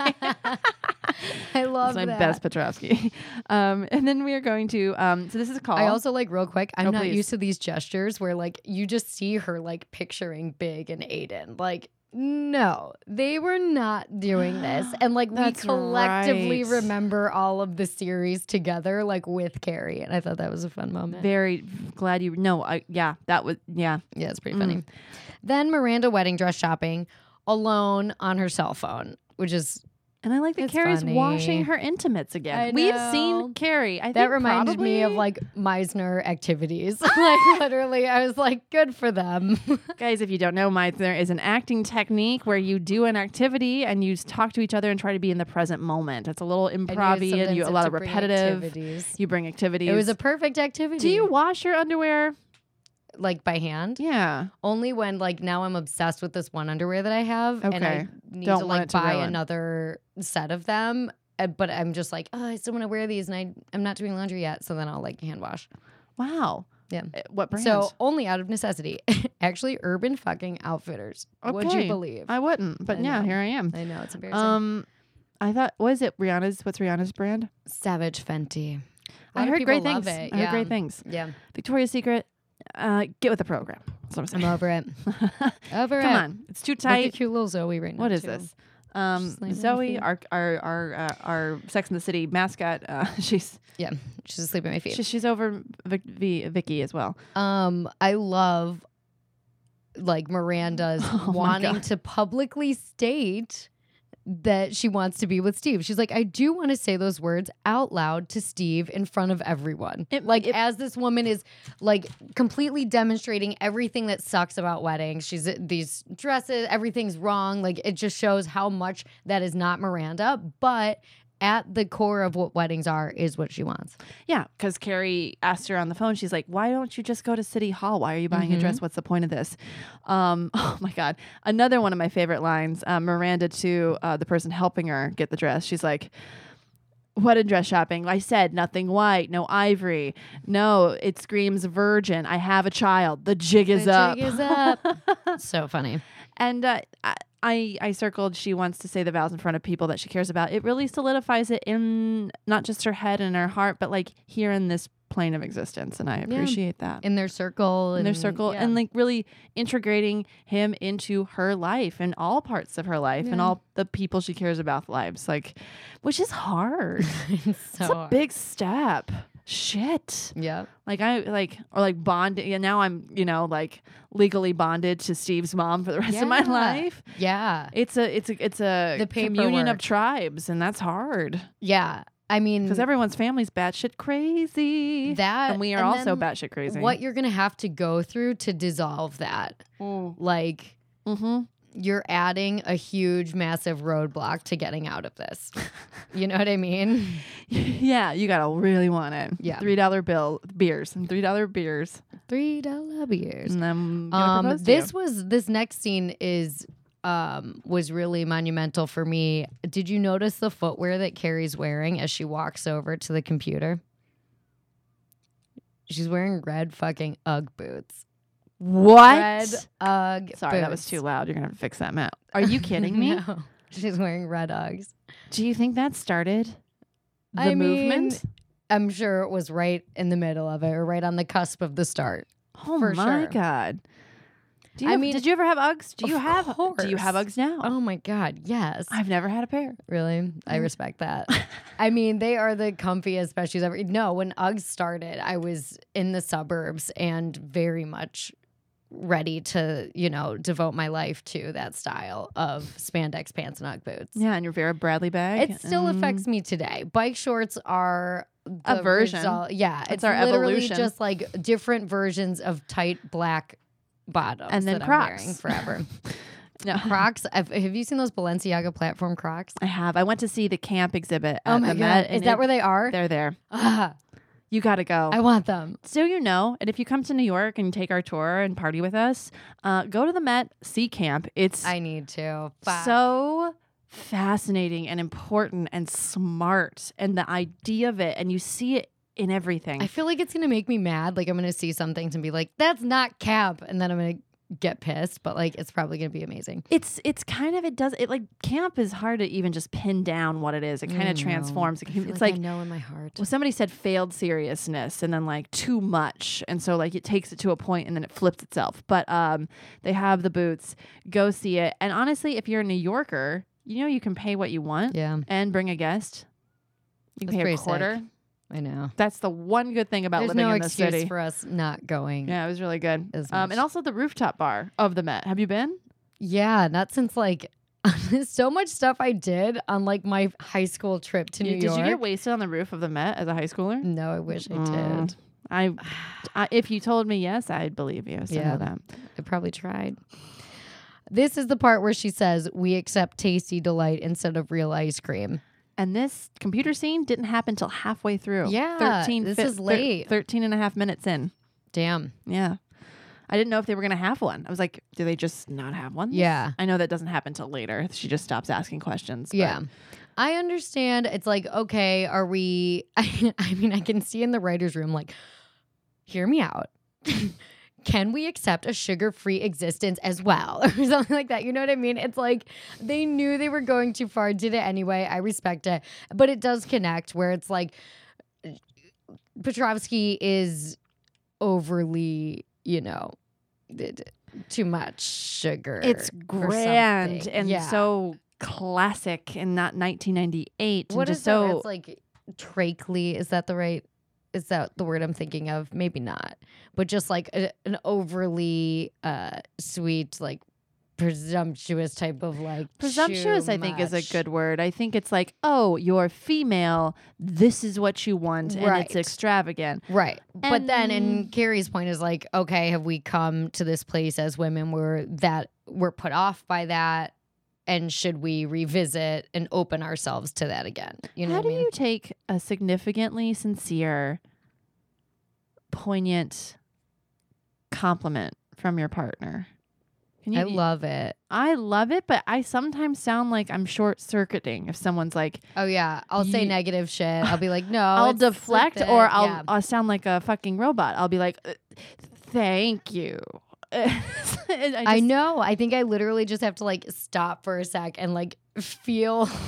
I love That's my that. best Petrovsky. Um, and then we are going to. Um, so this is a call. I also like real quick. I'm Oh, not please. used to these gestures where like you just see her like picturing Big and Aiden. Like no, they were not doing this. And like we That's collectively right. remember all of the series together, like with Carrie. And I thought that was a fun moment. very glad you. No, I yeah, that was yeah. yeah, it's pretty Mm. funny. Then Miranda wedding dress shopping alone on her cell phone, which is And I like that It's Carrie's funny. washing her intimates again. I We've know. seen Carrie. I that think reminded me of probably- like Meisner activities. like literally, I was like, good for them. guys. If you don't know, Meisner is an acting technique where you do an activity and you s- talk to each other and try to be in the present moment. It's a little improv and you a lot of repetitive. You bring activities. It was a perfect activity. Do you wash your underwear? like by hand? Yeah. Only when like now I'm obsessed with this one underwear that I have, and I Okay. need Don't to want like it to buy ruin. another set of them. Uh, But I'm just like, oh, I still want to wear these, and I I'm not doing laundry yet, so then I'll like hand wash. Wow. Yeah. Uh, What brand? So only out of necessity. Actually, Urban fucking Outfitters. Would you Okay. believe? I wouldn't, but I yeah, know. here I am. I know it's embarrassing. Um, I thought was it Rihanna's? What's Rihanna's brand? Savage Fenty. A lot I of heard people great love things. it, I yeah. heard great things. Yeah, Victoria's Secret, uh, get with the program. That's what I'm I'm saying. over it. Over it. Come on, it's too Look at tight. cute little Zoe right now. What is too. this? Um, She's like, Zoe, "Mm, our our our uh, our Sex and the City mascot, uh, she's Yeah, she's asleep at my feet. she's she's over Vic, v, Vicky as well. Um, I love like Miranda's Oh my wanting God. to publicly state that she wants to be with Steve. She's like, I do want to say those words out loud to Steve in front of everyone. It- like it- as this woman is like completely demonstrating everything that sucks about weddings. She's uh, these dresses, everything's wrong. Like it just shows how much that is not Miranda, but at the core of what weddings are is what she wants. Yeah, because Carrie asked her on the phone. She's like, "Why don't you just go to City Hall? Why are you buying Mhm. a dress? What's the point of this?" Um, oh my God, another one of my favorite lines. Uh, Miranda to uh, the person helping her get the dress. She's like, "What in dress shopping? I said nothing white, no ivory, no. It screams virgin. I have a child. The jig is The up. jig is up. so funny. And uh, I- I, I circled she wants to say the vows in front of people that she cares about. It really solidifies it in not just her head and her heart, but like here in this plane of existence. And I appreciate that. in their circle In their circle yeah. and like really integrating him into her life and all parts of her life and Yeah. all the people she cares about lives, like, which is hard. It's so it's a hard. big step. Shit. yeah Like I like or like bonded. Yeah, now I'm you know like legally bonded to Steve's mom for the rest of my Yeah. life. yeah It's a it's a it's a The communion paperwork. of tribes, and that's hard yeah i mean because everyone's family's batshit crazy. that and we are also batshit crazy. what you're gonna have to go through to dissolve that Mm. like mm-hmm. you're adding a huge massive roadblock to getting out of this you know what i mean yeah, you gotta really want it. Yeah. three dollar bill beers and three dollar beers, three dollar beers and then gonna um propose to you. this was this next scene is um was really monumental for me did you notice the footwear that carrie's wearing as she walks over to the computer she's wearing red fucking ugg boots What? red ugg Sorry, that was boots. too loud. You're gonna have to fix that, Matt. Are you kidding me? No. she's wearing red uggs Do you think that started the I mean, movement? i'm sure it was right in the middle of it or right on the cusp of the start Oh for my sure. god! Do you I have- mean, did you ever have Uggs? Do of you have Do you have course. Uggs now? oh my god yes I've never had a pair. Really? Mm. I respect that. I mean, they are the comfiest best shoes ever. No, when Uggs started, I was in the suburbs and very much ready to, you know, devote my life to that style of spandex pants and Ugg boots. Yeah, and your Vera Bradley bag. It still Mm. affects me today. Bike shorts are A the version. result- Yeah, It's our literally evolution. just like different versions of tight black bottoms And then that I'm wearing Crocs. forever. No. Crocs. I've, have you seen those Balenciaga platform Crocs? I have. I went to see the camp exhibit. Oh at my the god, Met, is and that it- where they are? they're there? Ah, You got to go. I want them. so you know, and if you come to New York and take our tour and party with us, uh, go to the Met Sea Camp. It's I need to. Fuck. so fascinating and important and smart, and the idea of it, and you see it in everything. I feel like it's gonna make me mad. Like I'm gonna see some things and be like, "That's not camp," and then I'm gonna get pissed. But like, it's probably gonna be amazing. it's it's kind of it does it like camp is hard to even just pin down what it is. It I kind know. of transforms. It Mm, I can- feel it's I like know in my heart. well, somebody said failed seriousness and then like too much. And so like it takes it to a point and then it flips itself. But um they have the boots. Go see it. And honestly, if you're a New Yorker, you know you can pay what you want Yeah, and bring a guest. You That's can pay pretty a sick. quarter. I know. That's the one good thing about There's living no in this excuse city. for us not going. Yeah. yeah, it was really good. As Um, much. and also the rooftop bar of the Met. Have you been? not since like so much stuff I did on like my high school trip to You- New did York. you get wasted on the roof of the Met as a high schooler? no, I wish I Mm. did. I, I if you told me yes, I'd believe you. So Yeah. know that. I probably tried. This is the part where she says, We accept tasty delight instead of real ice cream. And this computer scene didn't happen till halfway through. Yeah, 13, this fif- is thir- late. 13 and a half minutes in. Damn. Yeah. I didn't know if they were going to have one. I was like, do they just not have one? Yeah. I know that doesn't happen till later. She just stops asking questions. but- Yeah. I understand. It's like, okay, are we? I, mean, I can see in the writer's room, like, hear me out. can we accept a sugar free existence as well? Or something like that. You know what I mean? It's like they knew they were going too far, did it anyway. I respect it. But it does connect where it's like Petrovsky is overly, you know, d- d- too much sugar. It's or grand something. and Yeah. so classic and not 1998. What and is just so so it's like trachely is that the right is that the word i'm thinking of maybe not but just like a, an overly uh sweet like presumptuous type of like Presumptuous, too I think, is a much. good word. I think it's like, oh, you're female. This is what you want, and Right. it's extravagant. right but then and And- carrie's point is like okay have we come to this place as women where that we're put off by that and should we revisit and open ourselves to that again you know How what do i mean you take a significantly sincere, poignant compliment from your partner? Can i love it I love it, but I sometimes sound like I'm short circuiting if someone's like, Oh yeah, I'll say Ye- negative shit. I'll be like, no, I'll Oh, it's- it's deflect this. or I'll, Yeah. I'll sound like a fucking robot. I'll be like, "Uh, thank you. I, I just- know. I think I literally just have to like stop for a sec and like feel.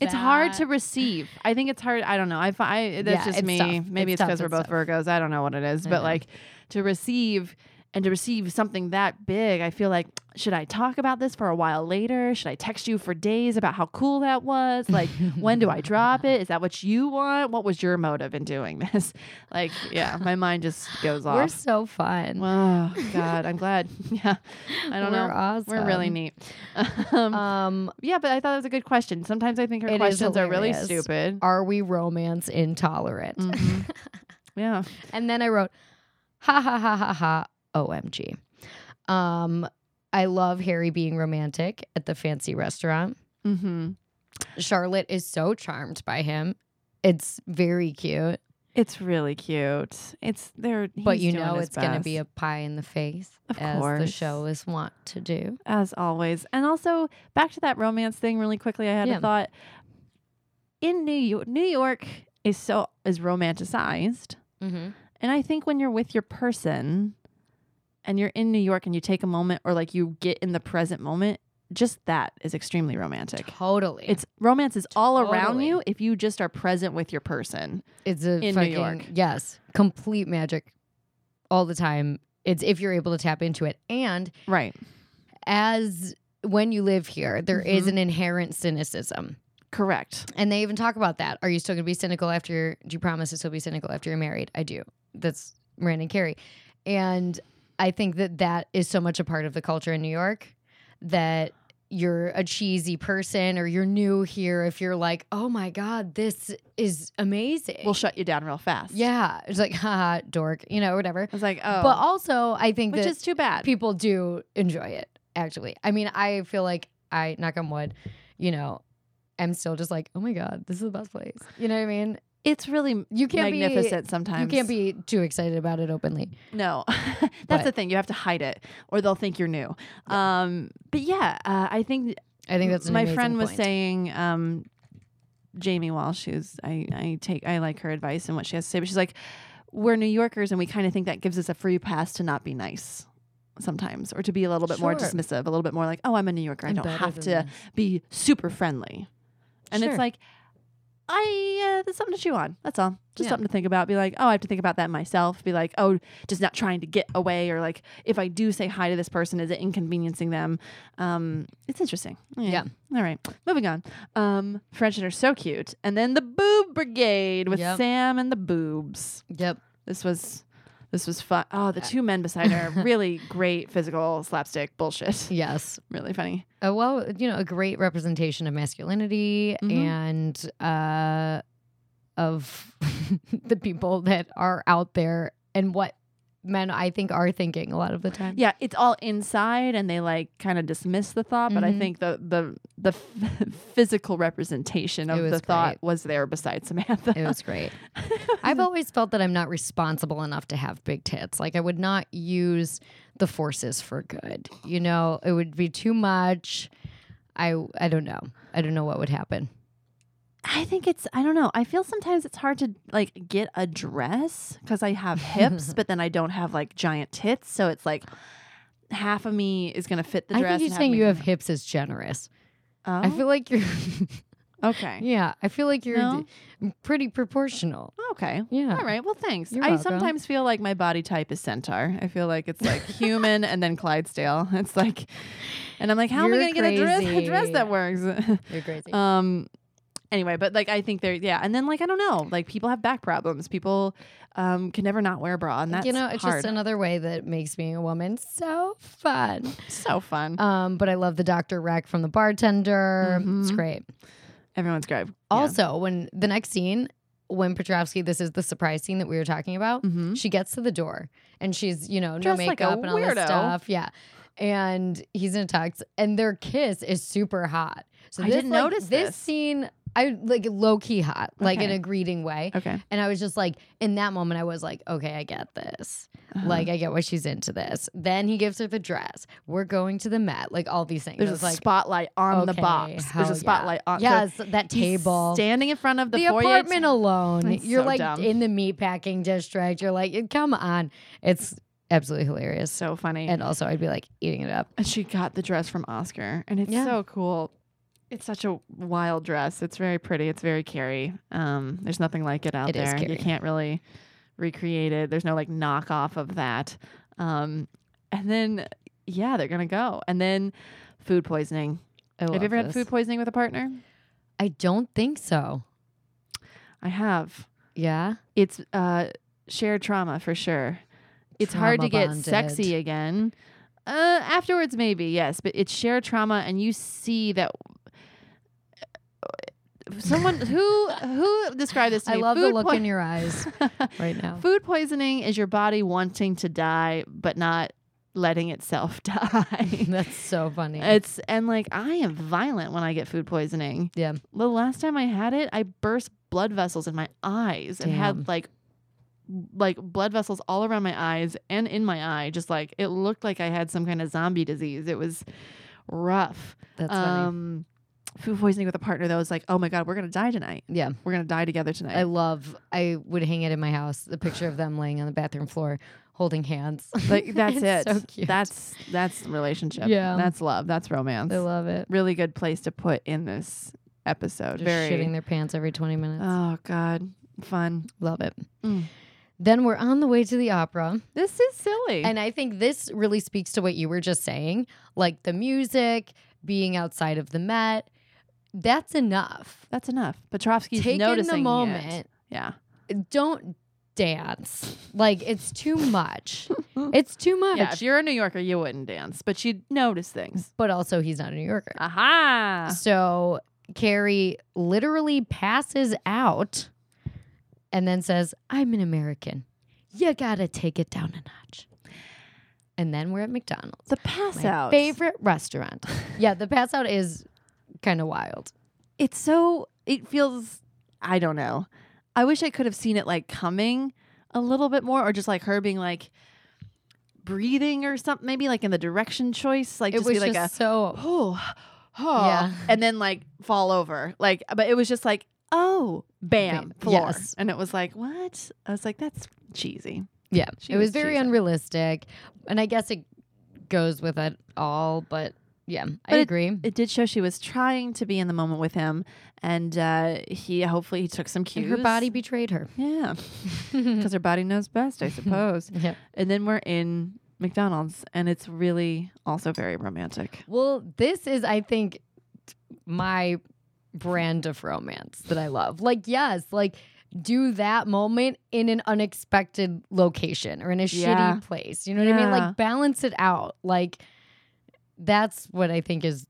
It's hard that. to receive. I think it's hard. I don't know. I, fi- I Yeah, that's just it's me. tough. Maybe It's it's tough, because we're it's both Virgos. I don't know what it is, I but know. like to receive and to receive something that big, I feel like should I talk about this for a while later? Should I text you for days about how cool that was? Like when do I drop it? Is that what you want? What was your motive in doing this? Like yeah, my mind just goes We're off. so fun. Oh God, I'm glad. Yeah, I don't We're know. Awesome. We're really neat. Um, Um, yeah, but I thought it was a good question. Sometimes I think her It is questions are really hilarious. stupid. are we romance intolerant? Mhm. yeah. And then I wrote, ha ha ha ha ha, OMG. Um, I love Harry being romantic at the fancy restaurant. Mm-hmm. Charlotte is so charmed by him. It's very cute, It's really cute. It's there, but you know it's going to be a pie in the face, Of as the course. show is wont to do. as always. And also back to that romance thing really quickly. I had Yeah. a thought. In New York, New York is so is romanticized, Mm-hmm. and I think when you're with your person, and you're in New York, and you take a moment, or like you get in the present moment, just that is extremely romantic. Totally. It's romance is all around Totally. you if you just are present with your person. it's a in New fucking, York. Yes. Complete magic all the time. It's if you're able to tap into it. And Right. as when you live here, there is Mhm. an inherent cynicism. Correct. And they even talk about that. Are you still going to be cynical after you're, do you promise to still be cynical after you're married? I do. That's Miranda and Carrie. And I think that that is so much a part of the culture in New York that you're a cheesy person or you're new here if you're like, oh my God, this is amazing. We'll shut you down real fast. Yeah. It's like, haha, dork, you know, whatever. I was like, oh, But also, I think which that is too bad. people do enjoy it. actually. I mean, I feel like I, knock on wood, you know, am still just like, oh my God, this is the best place. You know what I mean? It's really You can't be- magnificent You sometimes. can't be too excited about it openly. No, that's But- the thing. You have to hide it, or they'll think you're new. Um, but yeah, uh, I think I think that's an my amazing friend was point. saying. Um, Jamie Walsh, who's I, I take I like her advice and what she has to say, but she's like, we're New Yorkers and we kind of think that gives us a free pass to not be nice sometimes, or to be a little bit more Sure. dismissive, a little bit more like, oh, I'm a New Yorker, I I'm don't better have than to this. be super friendly, and Sure. it's like, I uh, that's something to chew on. That's all. Just Yeah. something to think about. Be like, oh, I have to think about that myself. Be like, oh, just not trying to get away, or like, if I do say hi to this person, is it inconveniencing them? Um, it's interesting. Yeah. All right. Moving on. Um, French and are so cute, and then the Boob Brigade with Yep. Sam and the boobs. Yep. This was. This was fun. Oh, the two men beside her, really great physical slapstick bullshit. Yes. Really funny. Uh, well, you know, a great representation of masculinity Mhm. and uh, of the people that are out there and what men I think are thinking a lot of the time. Yeah, it's all inside, and they like kind of dismiss the thought. But I Mhm. think the the the f- physical representation of It the was thought was there beside Samantha. It was great. I've always felt that I'm not responsible enough to have big tits. Like I would not use the forces for good. You know, it would be too much. I I don't know. I don't know what would happen. I think it's I don't know. I feel sometimes it's hard to like get a dress because I have hips, but then I don't have like giant tits, so it's like half of me is gonna fit the I dress. think you're and half saying of me- you have hips is generous. Oh, I feel like you're okay. Yeah, I feel like you're No? d- pretty proportional. Okay. Yeah. All right. Well, thanks. You're I welcome. sometimes feel like my body type is centaur. I feel like it's like human and then Clydesdale. It's like, and I'm like, how am I You're going to get a dress, a dress crazy. that works? You're crazy. um, anyway, but like, I think they're, yeah. And then like, I don't know, like people have back problems. People um, can never not wear a bra. And that's, you know, it's hard. just another way that makes being a woman so fun. so fun. Um, but I love the Dr. Rack from the bartender. It's Mhm. great. Everyone's great. Yeah. Also, when the next scene, when Petrovsky, this is the surprise scene that we were talking about, Mhm. she gets to the door and she's, you know, no Dressed like a makeup and all this weirdo. stuff. Yeah. And he's in a tux and their kiss is super hot. So I this, didn't like, notice this this. scene. I like low key hot, like in Okay. a greeting way. Okay. And I was just like, in that moment, I was like, okay, I get this. Uh-huh. Like, I get why she's into this. Then he gives her the dress. We're going to the Met. Like, all these things. I There's was a like, spotlight on the okay, box. hell There's yeah. a spotlight on so Yes, that he's table. Standing in front of the, the foyer apartment alone. That's You're so like dumb. in the meatpacking district. You're like, come on. It's absolutely hilarious. So funny. and also, I'd be like eating it up. And she got the dress from Oscar, and it's Yeah. so cool. It's such a wild dress. It's very pretty. It's very Carrie. Um, there's nothing like it out It is there. Carrie. you can't really recreate it. There's no like knockoff of that. Um, and then yeah, they're gonna go. And then food poisoning. I have love you ever had this. food poisoning with a partner? I don't think so. I have. Yeah. It's uh, shared trauma for sure. It's hard to Trauma get bonded. sexy again. Uh, afterwards, maybe yes, but it's shared trauma, and you see that uh, someone who who described this to I me. love the Food look poi- in your eyes right now. Food poisoning is your body wanting to die, but not letting itself die. That's so funny. it's and like I am violent when I get food poisoning. yeah. The last time I had it, I burst blood vessels in my eyes and Damn. had like like blood vessels all around my eyes and in my eye. Just like it looked like I had some kind of zombie disease. It was rough. That's funny. um food poisoning with a partner though is like, oh my god, we're gonna die tonight. Yeah. We're gonna die together I tonight. love. I would hang it in my house. The picture of them laying on the bathroom floor, holding hands. like that's It's it. So cute. That's that's relationship. Yeah. That's love. That's romance. I love it. Really good place to put in this episode. Just Very shitting their pants every twenty minutes. Oh God. Fun. love it. Mm. Then we're on the way to the opera, This is silly. and I think this really speaks to what you were just saying, like the music, being outside of the Met. That's enough. That's enough. Petrovsky's Take in noticing the it. moment. Yeah. Don't dance. Like it's too much. it's too much. Yeah. If you're a New Yorker, you wouldn't dance, but you'd notice things. but also, he's not a New Yorker. Aha. So Carrie literally passes out and then says, I'm an American. You gotta take it down a notch. And then we're at McDonald's. The pass My out. favorite restaurant. yeah, the pass out is kind of wild. It's so it feels I don't know. I wish I could have seen it like coming a little bit more or just like her being like breathing or something maybe like in the direction choice like It just was be like just a so oh, oh Yeah. and then like fall over. Like but it was just like oh bam Bam. floor. Yes. And it was like what? I was like that's cheesy. yeah. She it was was very cheesy. unrealistic, and I guess it goes with it all. But yeah, I But agree. It did show she was trying to be in the moment with him and uh he hopefully he took some And cues. her body betrayed her. Yeah. Because her body knows best, I suppose. Yep. And then we're in McDonald's, and it's really also very romantic. Well, this is, I think, t- my brand of romance that I love. Like, yes, like do that moment in an unexpected location or in a Yeah. shitty place. You know what I mean? Yeah. Like, balance it out. Like, that's what I think is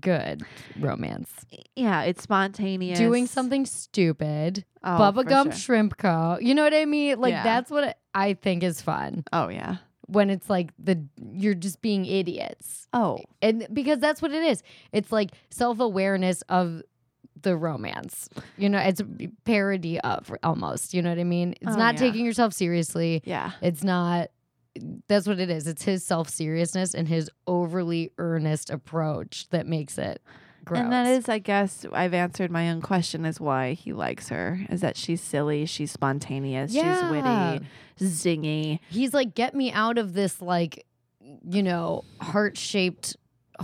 good romance. Yeah, it's spontaneous. Doing something stupid, oh, for bubblegum sure. shrimp co. You know what I mean? Like, Yeah. that's what I think is fun Oh yeah. when it's like the you're just being idiots. Oh And because that's what it is. It's like self awareness of the romance. You know, it's a parody of almost. You know what I mean? It's Oh, not yeah. taking yourself seriously. yeah. It's not. That's what it is. It's his self seriousness and his overly earnest approach that makes it gross. And that is, I guess, I've answered my own question is why he likes her. Is that she's silly, she's spontaneous, Yeah. she's witty, zingy. He's like, get me out of this, like, you know, heart shaped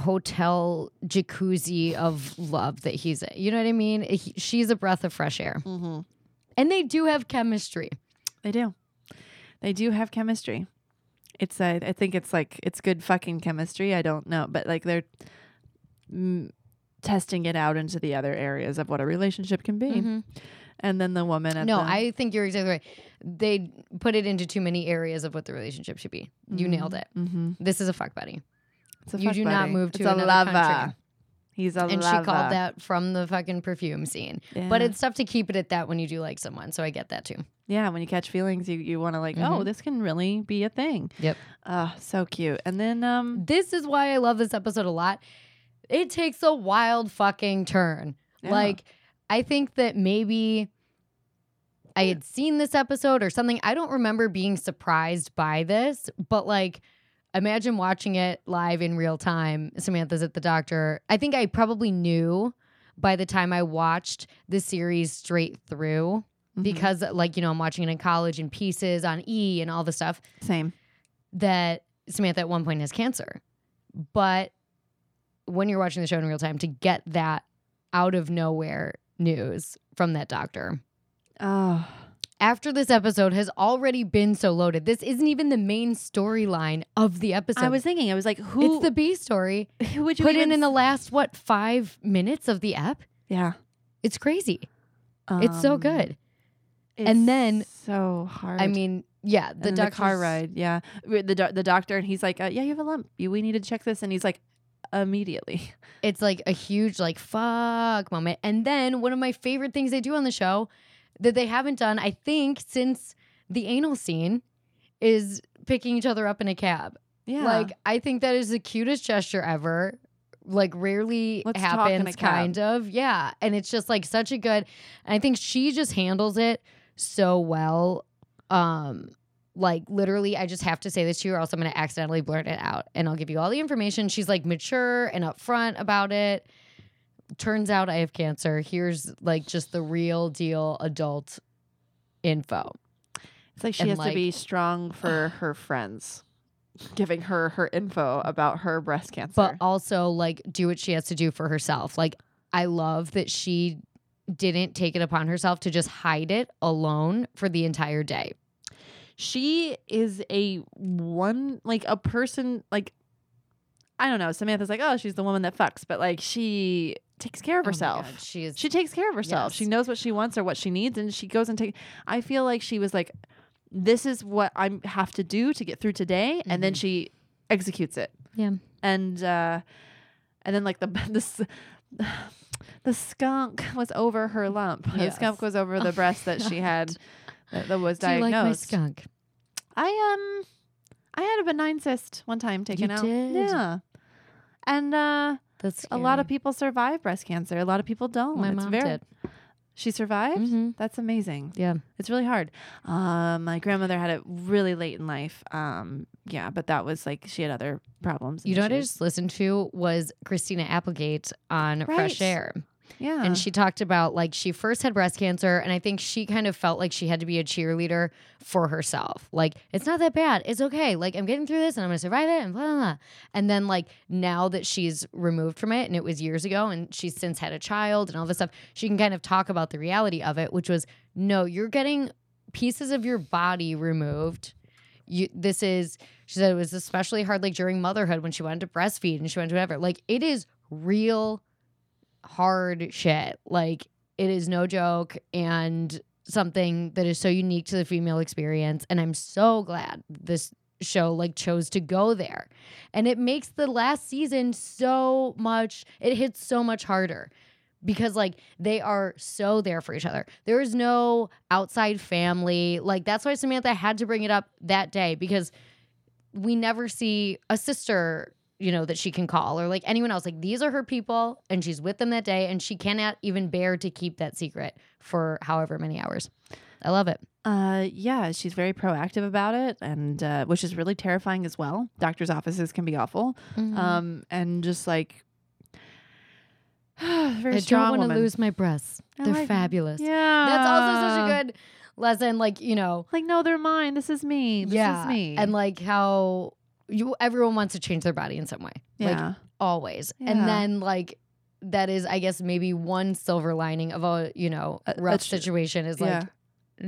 hotel jacuzzi of love that he's in. You know what I mean? He, she's a breath of fresh air. Mm-hmm. And they do have chemistry. They do. They do have chemistry. It's uh, I think it's like it's good fucking chemistry. I don't know, but like they're mm, testing it out into the other areas of what a relationship can be. And then the woman at No, the- I think you're exactly right. They put it into too many areas of what the relationship should be. You nailed it. Mhm. This is a fuck buddy. It's a You fuck do not buddy. move to it's a another lover. country. He's a and lover. she called that from the fucking perfume scene. But Yeah. it's tough to keep it at that when you do like someone. So I get that too. yeah. When you catch feelings, you you want to like oh this can really be a thing. Yep. Oh, so cute. And then um This is why I love this episode a lot. It takes a wild fucking turn. Yeah. Like, I think that maybe I had seen this episode or something. I don't remember being surprised by this, but like, imagine watching it live in real time. Samantha's at the doctor. I think I probably knew by the time I watched the series straight through mhm. because, like, you know, I'm watching it in college in pieces on E and all the stuff same that Samantha at one point has cancer. But when you're watching the show in real time, to get that out of nowhere news from that doctor oh after this episode has already been so loaded, this isn't even the main storyline of the episode. I was thinking I was like who it's the B story who would you put in even in the s- last what five minutes of the ep. yeah It's crazy. it's so Um, good. it's And then- so hard. I mean, yeah, the the, the car doctor's- ride, yeah. Wi- The do- the doctor and he's like, uh, "Yeah, you have a lump. You, we need to check this." And he's like, "Immediately." it's like a huge like fuck moment. And then one of my favorite things they do on the show that they haven't done, I think, since the anal scene is picking each other up in a cab. Yeah. Like I think that is the cutest gesture ever. Like rarely Let's talk in a happens, cab. kind of. Yeah, and it's just like such a good. And I think she just handles it so well. Um, like literally, I just have to say this to you, or else I'm gonna accidentally blurt it out, and I'll give you all the information. She's like mature and upfront about it. Turns out I have cancer. Here's like just the real deal adult info. it's like she and has to be like- strong for her friends, giving her her info about her breast cancer. but also like do what she has to do for herself. Like I love that she didn't take it upon herself to just hide it alone for the entire day. Oh she is a one like a person like I don't know. Samantha's like, "Oh, she's the woman that fucks," but like she takes care of Oh my herself. God, she is she takes care of herself. She Yes. knows what she wants or what she needs, and she goes and take. I feel like she was like, "This is what I have to do to get through today," and then Mhm. she executes it. Yeah. and uh, and then like the the. s- The skunk was over her lump. The Yes. skunk was over the Oh breast that my she God. had that, that was Do you like my diagnosed. skunk? I um I had a benign cyst one time taken out. did? Yeah. And uh, That's a lot of scary. people survive breast cancer. A lot of people don't. My It's mom very- did. She survived? Mhm. That's amazing. Yeah. It's really hard. Um, my grandmother had it really late in life. Um, yeah, but that was like she had other problems. and You know what I issues. just listened to was Christina Applegate on Fresh Right. Air. Yeah. And she talked about like she first had breast cancer, and I think she kind of felt like she had to be a cheerleader for herself. Like, it's not that bad. It's okay. Like, I'm getting through this and I'm gonna survive it and blah, blah, blah. And then, like, now that she's removed from it, and it was years ago, and she's since had a child and all this stuff, she can kind of talk about the reality of it, which was no, you're getting pieces of your body removed. You, this is, she said it was especially hard like during motherhood when she wanted to breastfeed and she wanted to whatever. Like, it is real hard shit. Like it is no joke and something that is so unique to the female experience and I'm so glad this show like chose to go there. And it makes the last season so much it hits so much harder because like they are so there for each other. There is no outside family. Like that's why Samantha had to bring it up that day because we never see a sister you know that she can call or like anyone else like these are her people and she's with them that day and she cannot even bear to keep that secret for however many hours i love it Uh, yeah, she's very proactive about it, and uh, which is really terrifying as well. Doctors' offices can be awful, Mm-hmm. um, and just like very i strong don't want to woman. lose my breasts I they're like- fabulous Yeah, that's also such a good lesson like you know Like, no, they're mine. This is me. This yeah is me. and like how you everyone wants to change their body in some way like yeah, always Yeah. and then like that is i guess maybe one silver lining of a you know A- a rough tr- situation is like Uh, yeah.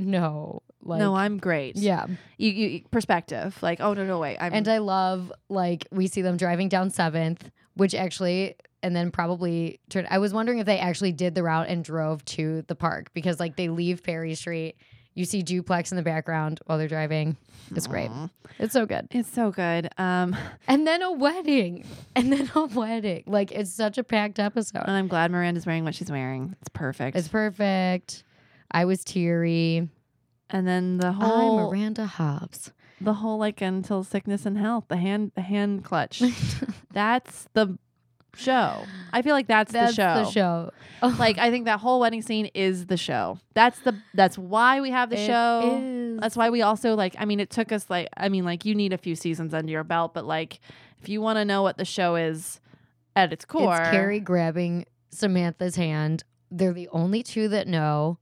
no like no, I'm great. yeah you, you perspective. Like, oh no, no, wait. I'm and uh, I love like we see them driving down Seventh, which actually and then probably turned. I was wondering if they actually did the route and drove to the park because like they leave Perry Street. You see duplex in the background while they're driving. It's great. Aw. It's so good. It's so good. Um, And then a wedding. And then a wedding. Like it's such a packed episode. and I'm glad Miranda's wearing what she's wearing. It's perfect. It's perfect. I was teary. and then the whole I'm Miranda Hobbs. the whole like until sickness and health the hand the hand clutch that's the show i feel like that's, That's the show the show. Oh, like i think that whole wedding scene is the show that's the that's why we have the it show is. that's why we also like i mean it took us like i mean like you need a few seasons under your belt but like if you want to know what the show is at its core It's Carrie grabbing Samantha's hand. They're the only two that know.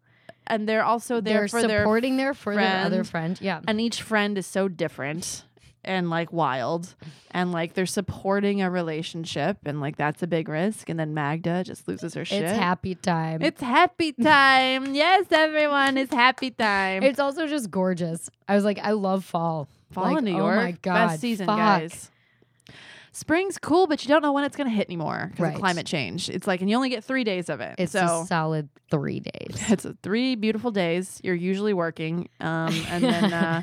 and they're also there They're for supporting their, for their other friend. friend. Yeah. and each friend is so different and like wild and like they're supporting a relationship and like that's a big risk and then magda just loses her shit It's happy time. it's happy time yes everyone it's happy time It's also just gorgeous. I was like, I love fall. fall like, in new oh york my God, best season fuck. guys spring's cool but you don't know when it's going to hit anymore because Right. of climate change it's like and you only get three days of it It's so a solid three days. it's three beautiful days. You're usually working, um, and then uh,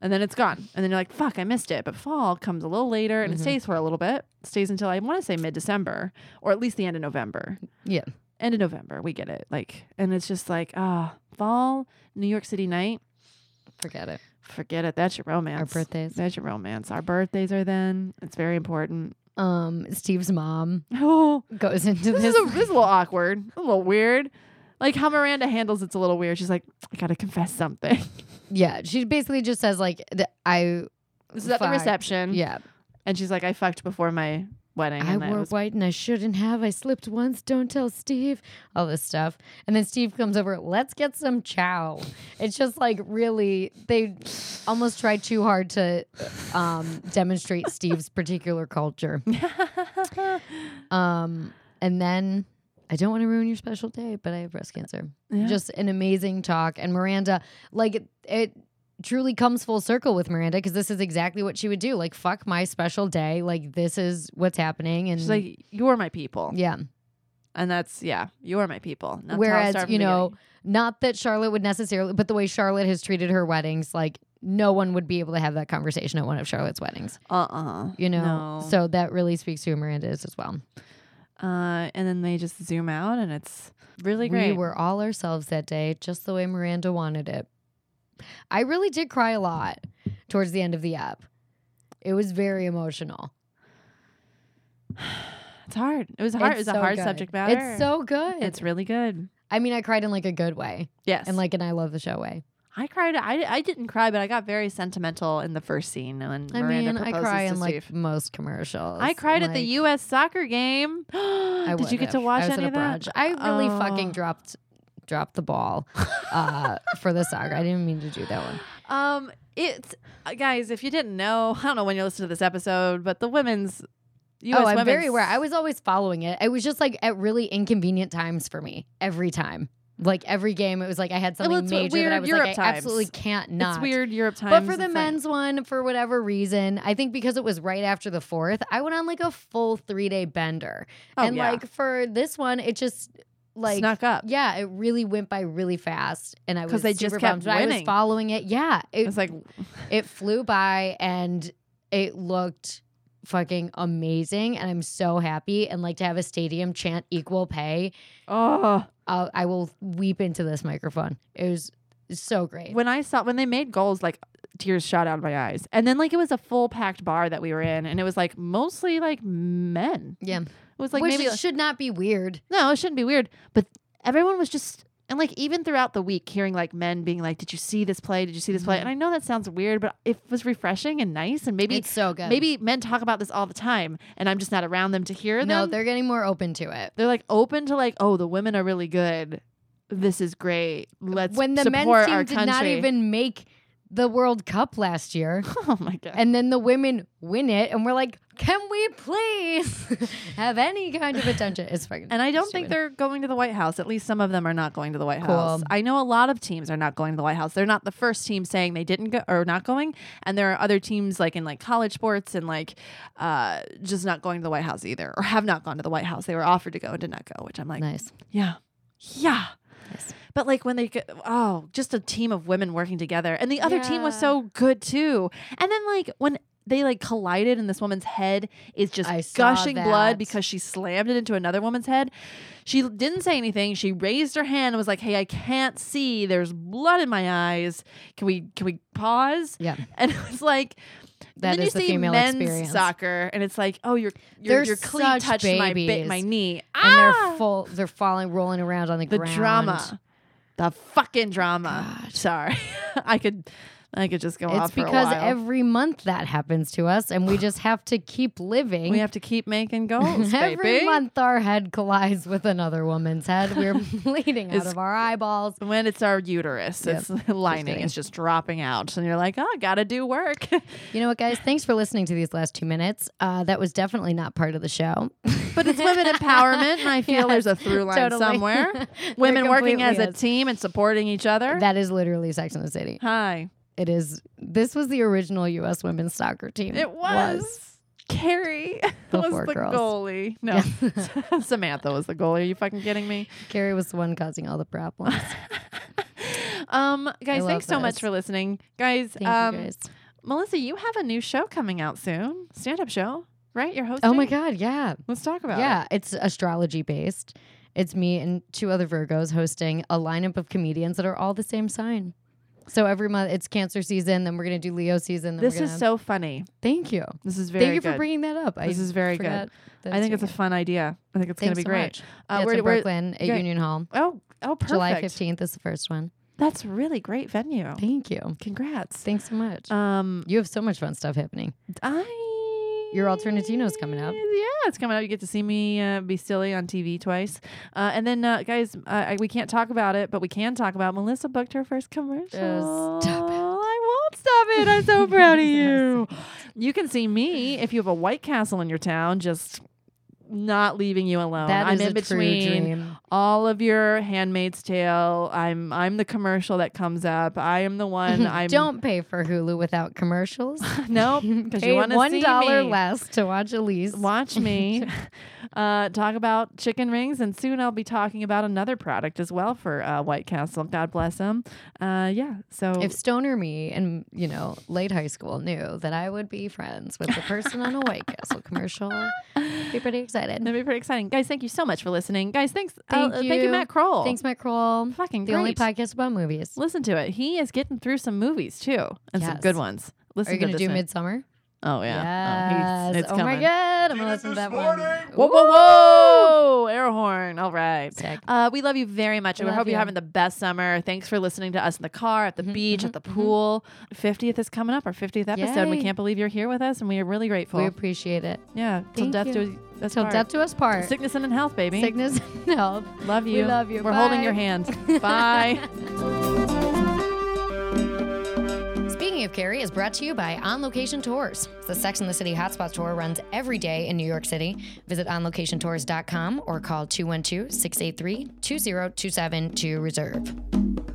and then it's gone, and then you're like, "Fuck, I missed it." But fall comes a little later, and Mhm. it stays for a little bit. It stays until I want to say mid December, or at least the end of November. Yeah. end of November, we get it. Like, and it's just like, ah, fall, New York City night. Forget it. Forget it. That's your romance. Our birthdays. That's your romance. Our birthdays are then. It's very important. Um, Steve's mom Oh, goes into this, this. is a, this is a little awkward, a little weird. Like how Miranda handles it's a little weird. She's like, I gotta confess something. yeah. She basically just says, like, th- I, This is at the Fuck. reception. yeah, And she's like, I fucked before my wedding. I Mm-hmm. and that wore was- white and I shouldn't have. I slipped once. Don't tell Steve. All this stuff. And then Steve comes over. Let's get some chow. It's just like really, they almost tried too hard to um, demonstrate Steve's particular culture. Um, and then I don't want to ruin your special day, but I have breast cancer. Yeah. Just an amazing talk. And Miranda, like it, it truly comes full circle with Miranda because this is exactly what she would do. Like, fuck my special day. Like, this is what's happening. And She's like, You're my people. yeah. And that's, yeah, you're my people. And that's how it Whereas, started from you the know, not that Charlotte would necessarily, but the way Charlotte has treated her weddings, like, no one would be able to have that conversation at one of Charlotte's weddings, beginning. uh-uh. you know? No. So that really speaks to who Miranda is as well. Uh, and then they just zoom out and it's really we great. were all ourselves that day, just the way Miranda wanted it. I really did cry a lot towards the end of the app. It was very emotional. It's hard. It was hard. It's it was a so hard good. subject matter. It's so good. It's really good. I mean, I cried in like a good way Yes. and like an I love the show way. I cried. I, I didn't cry, but I got very sentimental in the first scene when I Miranda mean, I proposes cry to in like Steve. most commercials. I cried at the Like, U.S. soccer game. I Did you get would've. to watch I was any at of a that? brunch. I really Oh. fucking dropped dropped the ball uh, for the soccer. I didn't mean to do that one. Um, it's uh, guys. If you didn't know, I don't know when you listen to this episode, but the women's U.S. oh, I'm women's very aware. I was always following it. It was just like at really inconvenient times for me every time. Like every game, it was like I had Well, something major it's weird that I was Europe like, I times. absolutely can't not. It's weird Europe times. But for the it's like- men's one, for whatever reason, I think because it was right after the fourth, I went on like a full three day bender. Oh, and yeah. like for this one, it just like snuck up. Yeah, it really went by really fast, and I 'Cause was they just super kept bummed, but I was winning. following it. Yeah, it It's like it flew by, and it looked fucking amazing, and I'm so happy. And like to have a stadium chant equal pay, oh, I'll, I will weep into this microphone. It was so great. when I saw when they made goals, like tears shot out of my eyes, and then like it was a full packed bar that we were in, and it was like mostly like men. yeah, It was like which maybe it should not be weird. No, it shouldn't be weird. But everyone was just and like even throughout the week hearing like men being like, Did you see this play? Did you see this play? Mhm. And I know that sounds weird, but it was refreshing and nice and maybe it's so good. maybe men talk about this all the time and I'm just not around them to hear them. no, they're getting more open to it. they're like open to like, oh, the women are really good. This is great. Let's when the men's support team our did country. not even make the World Cup last year. Oh my god. and then the women win it, and we're like, can we please have any kind of attention? It's fucking. And I don't think stupid. they're going to the White House. At least some of them are not going to the White Cool. House. I know a lot of teams are not going to the White House. They're not the first team saying they didn't go or not going. And there are other teams like in like college sports and like uh, just not going to the White House either or have not gone to the White House. They were offered to go and did not go, which I'm like, nice. yeah, yeah. Yes. But like when they go, oh, just a team of women working together, and the other team was Yeah. so good too. And then like when they like collided, and this woman's head is just I saw gushing blood that. because she slammed it into another woman's head. She l- didn't say anything. She raised her hand and was like, "Hey, I can't see. There's blood in my eyes. Can we can we pause?" Yeah, And it was like. That then is the you see female men's experience. soccer, and it's like, oh, your your, They're your cleat such touched my ba- babies. my knee, and Ah! they're full. They're falling, rolling around on the, the ground. drama the fucking drama God. sorry i could i could just go on It's for a because while. every month that happens to us, and we just have to keep living. we have to keep making goals every baby month, our head collides with another woman's head. We're bleeding out It's- of our eyeballs. when it's our uterus Yep. it's lining kidding. it's just dropping out and you're like oh gotta do work You know what, guys? Thanks for listening to these last two minutes. Uh, that was definitely not part of the show. but it's women empowerment and i feel Yes, there's a through line totally. somewhere There women working as completely a is. team and supporting each other That is literally Sex in the City. hi It is. This was the original U.S. women's soccer team. it was, Carrie The was four the girls. goalie. No, Samantha was the goalie. Are you fucking kidding me? Carrie was the one causing all the problems. um, guys, love thanks so much this. for listening, guys. Thank um, you guys. Melissa, you have a new show coming out soon, stand-up show, right? You're hosting. Oh my God! Yeah, Let's talk about it. yeah. It's astrology based. It's me and two other Virgos hosting a lineup of comedians that are all the same sign. So every month it's Cancer season. Then we're gonna do Leo season. Then This we're gonna, is so funny. Thank you. This is very. Oh Thank you for good. bringing that up. This I is very good. forgot that I think it's a you. fun idea. I think it's going to Thanks be so great. Uh, much. Yeah, it's in Brooklyn at yeah. Union Hall. Oh, oh, perfect. July fifteenth is the first one. That's really great venue. Thank you. Congrats. Thanks so much. Um, you have so much fun stuff happening. I. Your Alternatino's coming up. Yeah, it's coming up. You get to see me uh, be silly on TV twice, uh, and then uh, guys, uh, I, we can't talk about it, but we can talk about Melissa booked her first commercial. stop it. I won't stop it. I'm so proud of you. You can see me if you have a White Castle in your town. Just not leaving you alone. That um, I'm is in a true between dream. all of your Handmaid's Tale. I'm I'm the commercial that comes up. I am the one. I'm Don't pay for Hulu without commercials. nope because pay you want to one see dollar me. less to watch Elise. Watch me uh, talk about chicken rings, and soon I'll be talking about another product as well for uh, White Castle. God bless them. Uh, yeah. So If Stoner me and you know late high school knew that I would be friends with the person on a White Castle commercial, I'd be pretty excited. that'd be pretty exciting, guys. Thank you so much for listening, guys. Thanks. Thank uh, Thank you, you. Matt Kroll. Thanks, Matt Kroll. Fucking the only great. podcast about movies. Listen to it. He is getting through some movies too, and some Yes. good ones. Listen Are you gonna to this do one. Midsummer? Oh yeah. Oh, Yes. he's- it's oh coming. my god, I'm gonna Did it listen to this that one. morning. Whoa, whoa, whoa! Air horn. All right. Sick. Uh, we love you very much. We Love hope you're you. Mm-hmm, having the best summer. Thanks for listening to us in the car, at the beach, at the pool. 50th is coming up, our 50th episode. We Yay. can't believe you're here with us, and we are really grateful. We appreciate it. yeah. Till Thank death you. do us Till part. death to us part. Sickness and in health, baby. Sickness and health. Love you. We love you. We're holding Bye. your hand. Bye. Speaking of Carrie is brought to you by On Location Tours. The Sex and the City Hotspot Tour runs every day in New York City. Visit onlocationtours.com or call 212 683 2027 to reserve.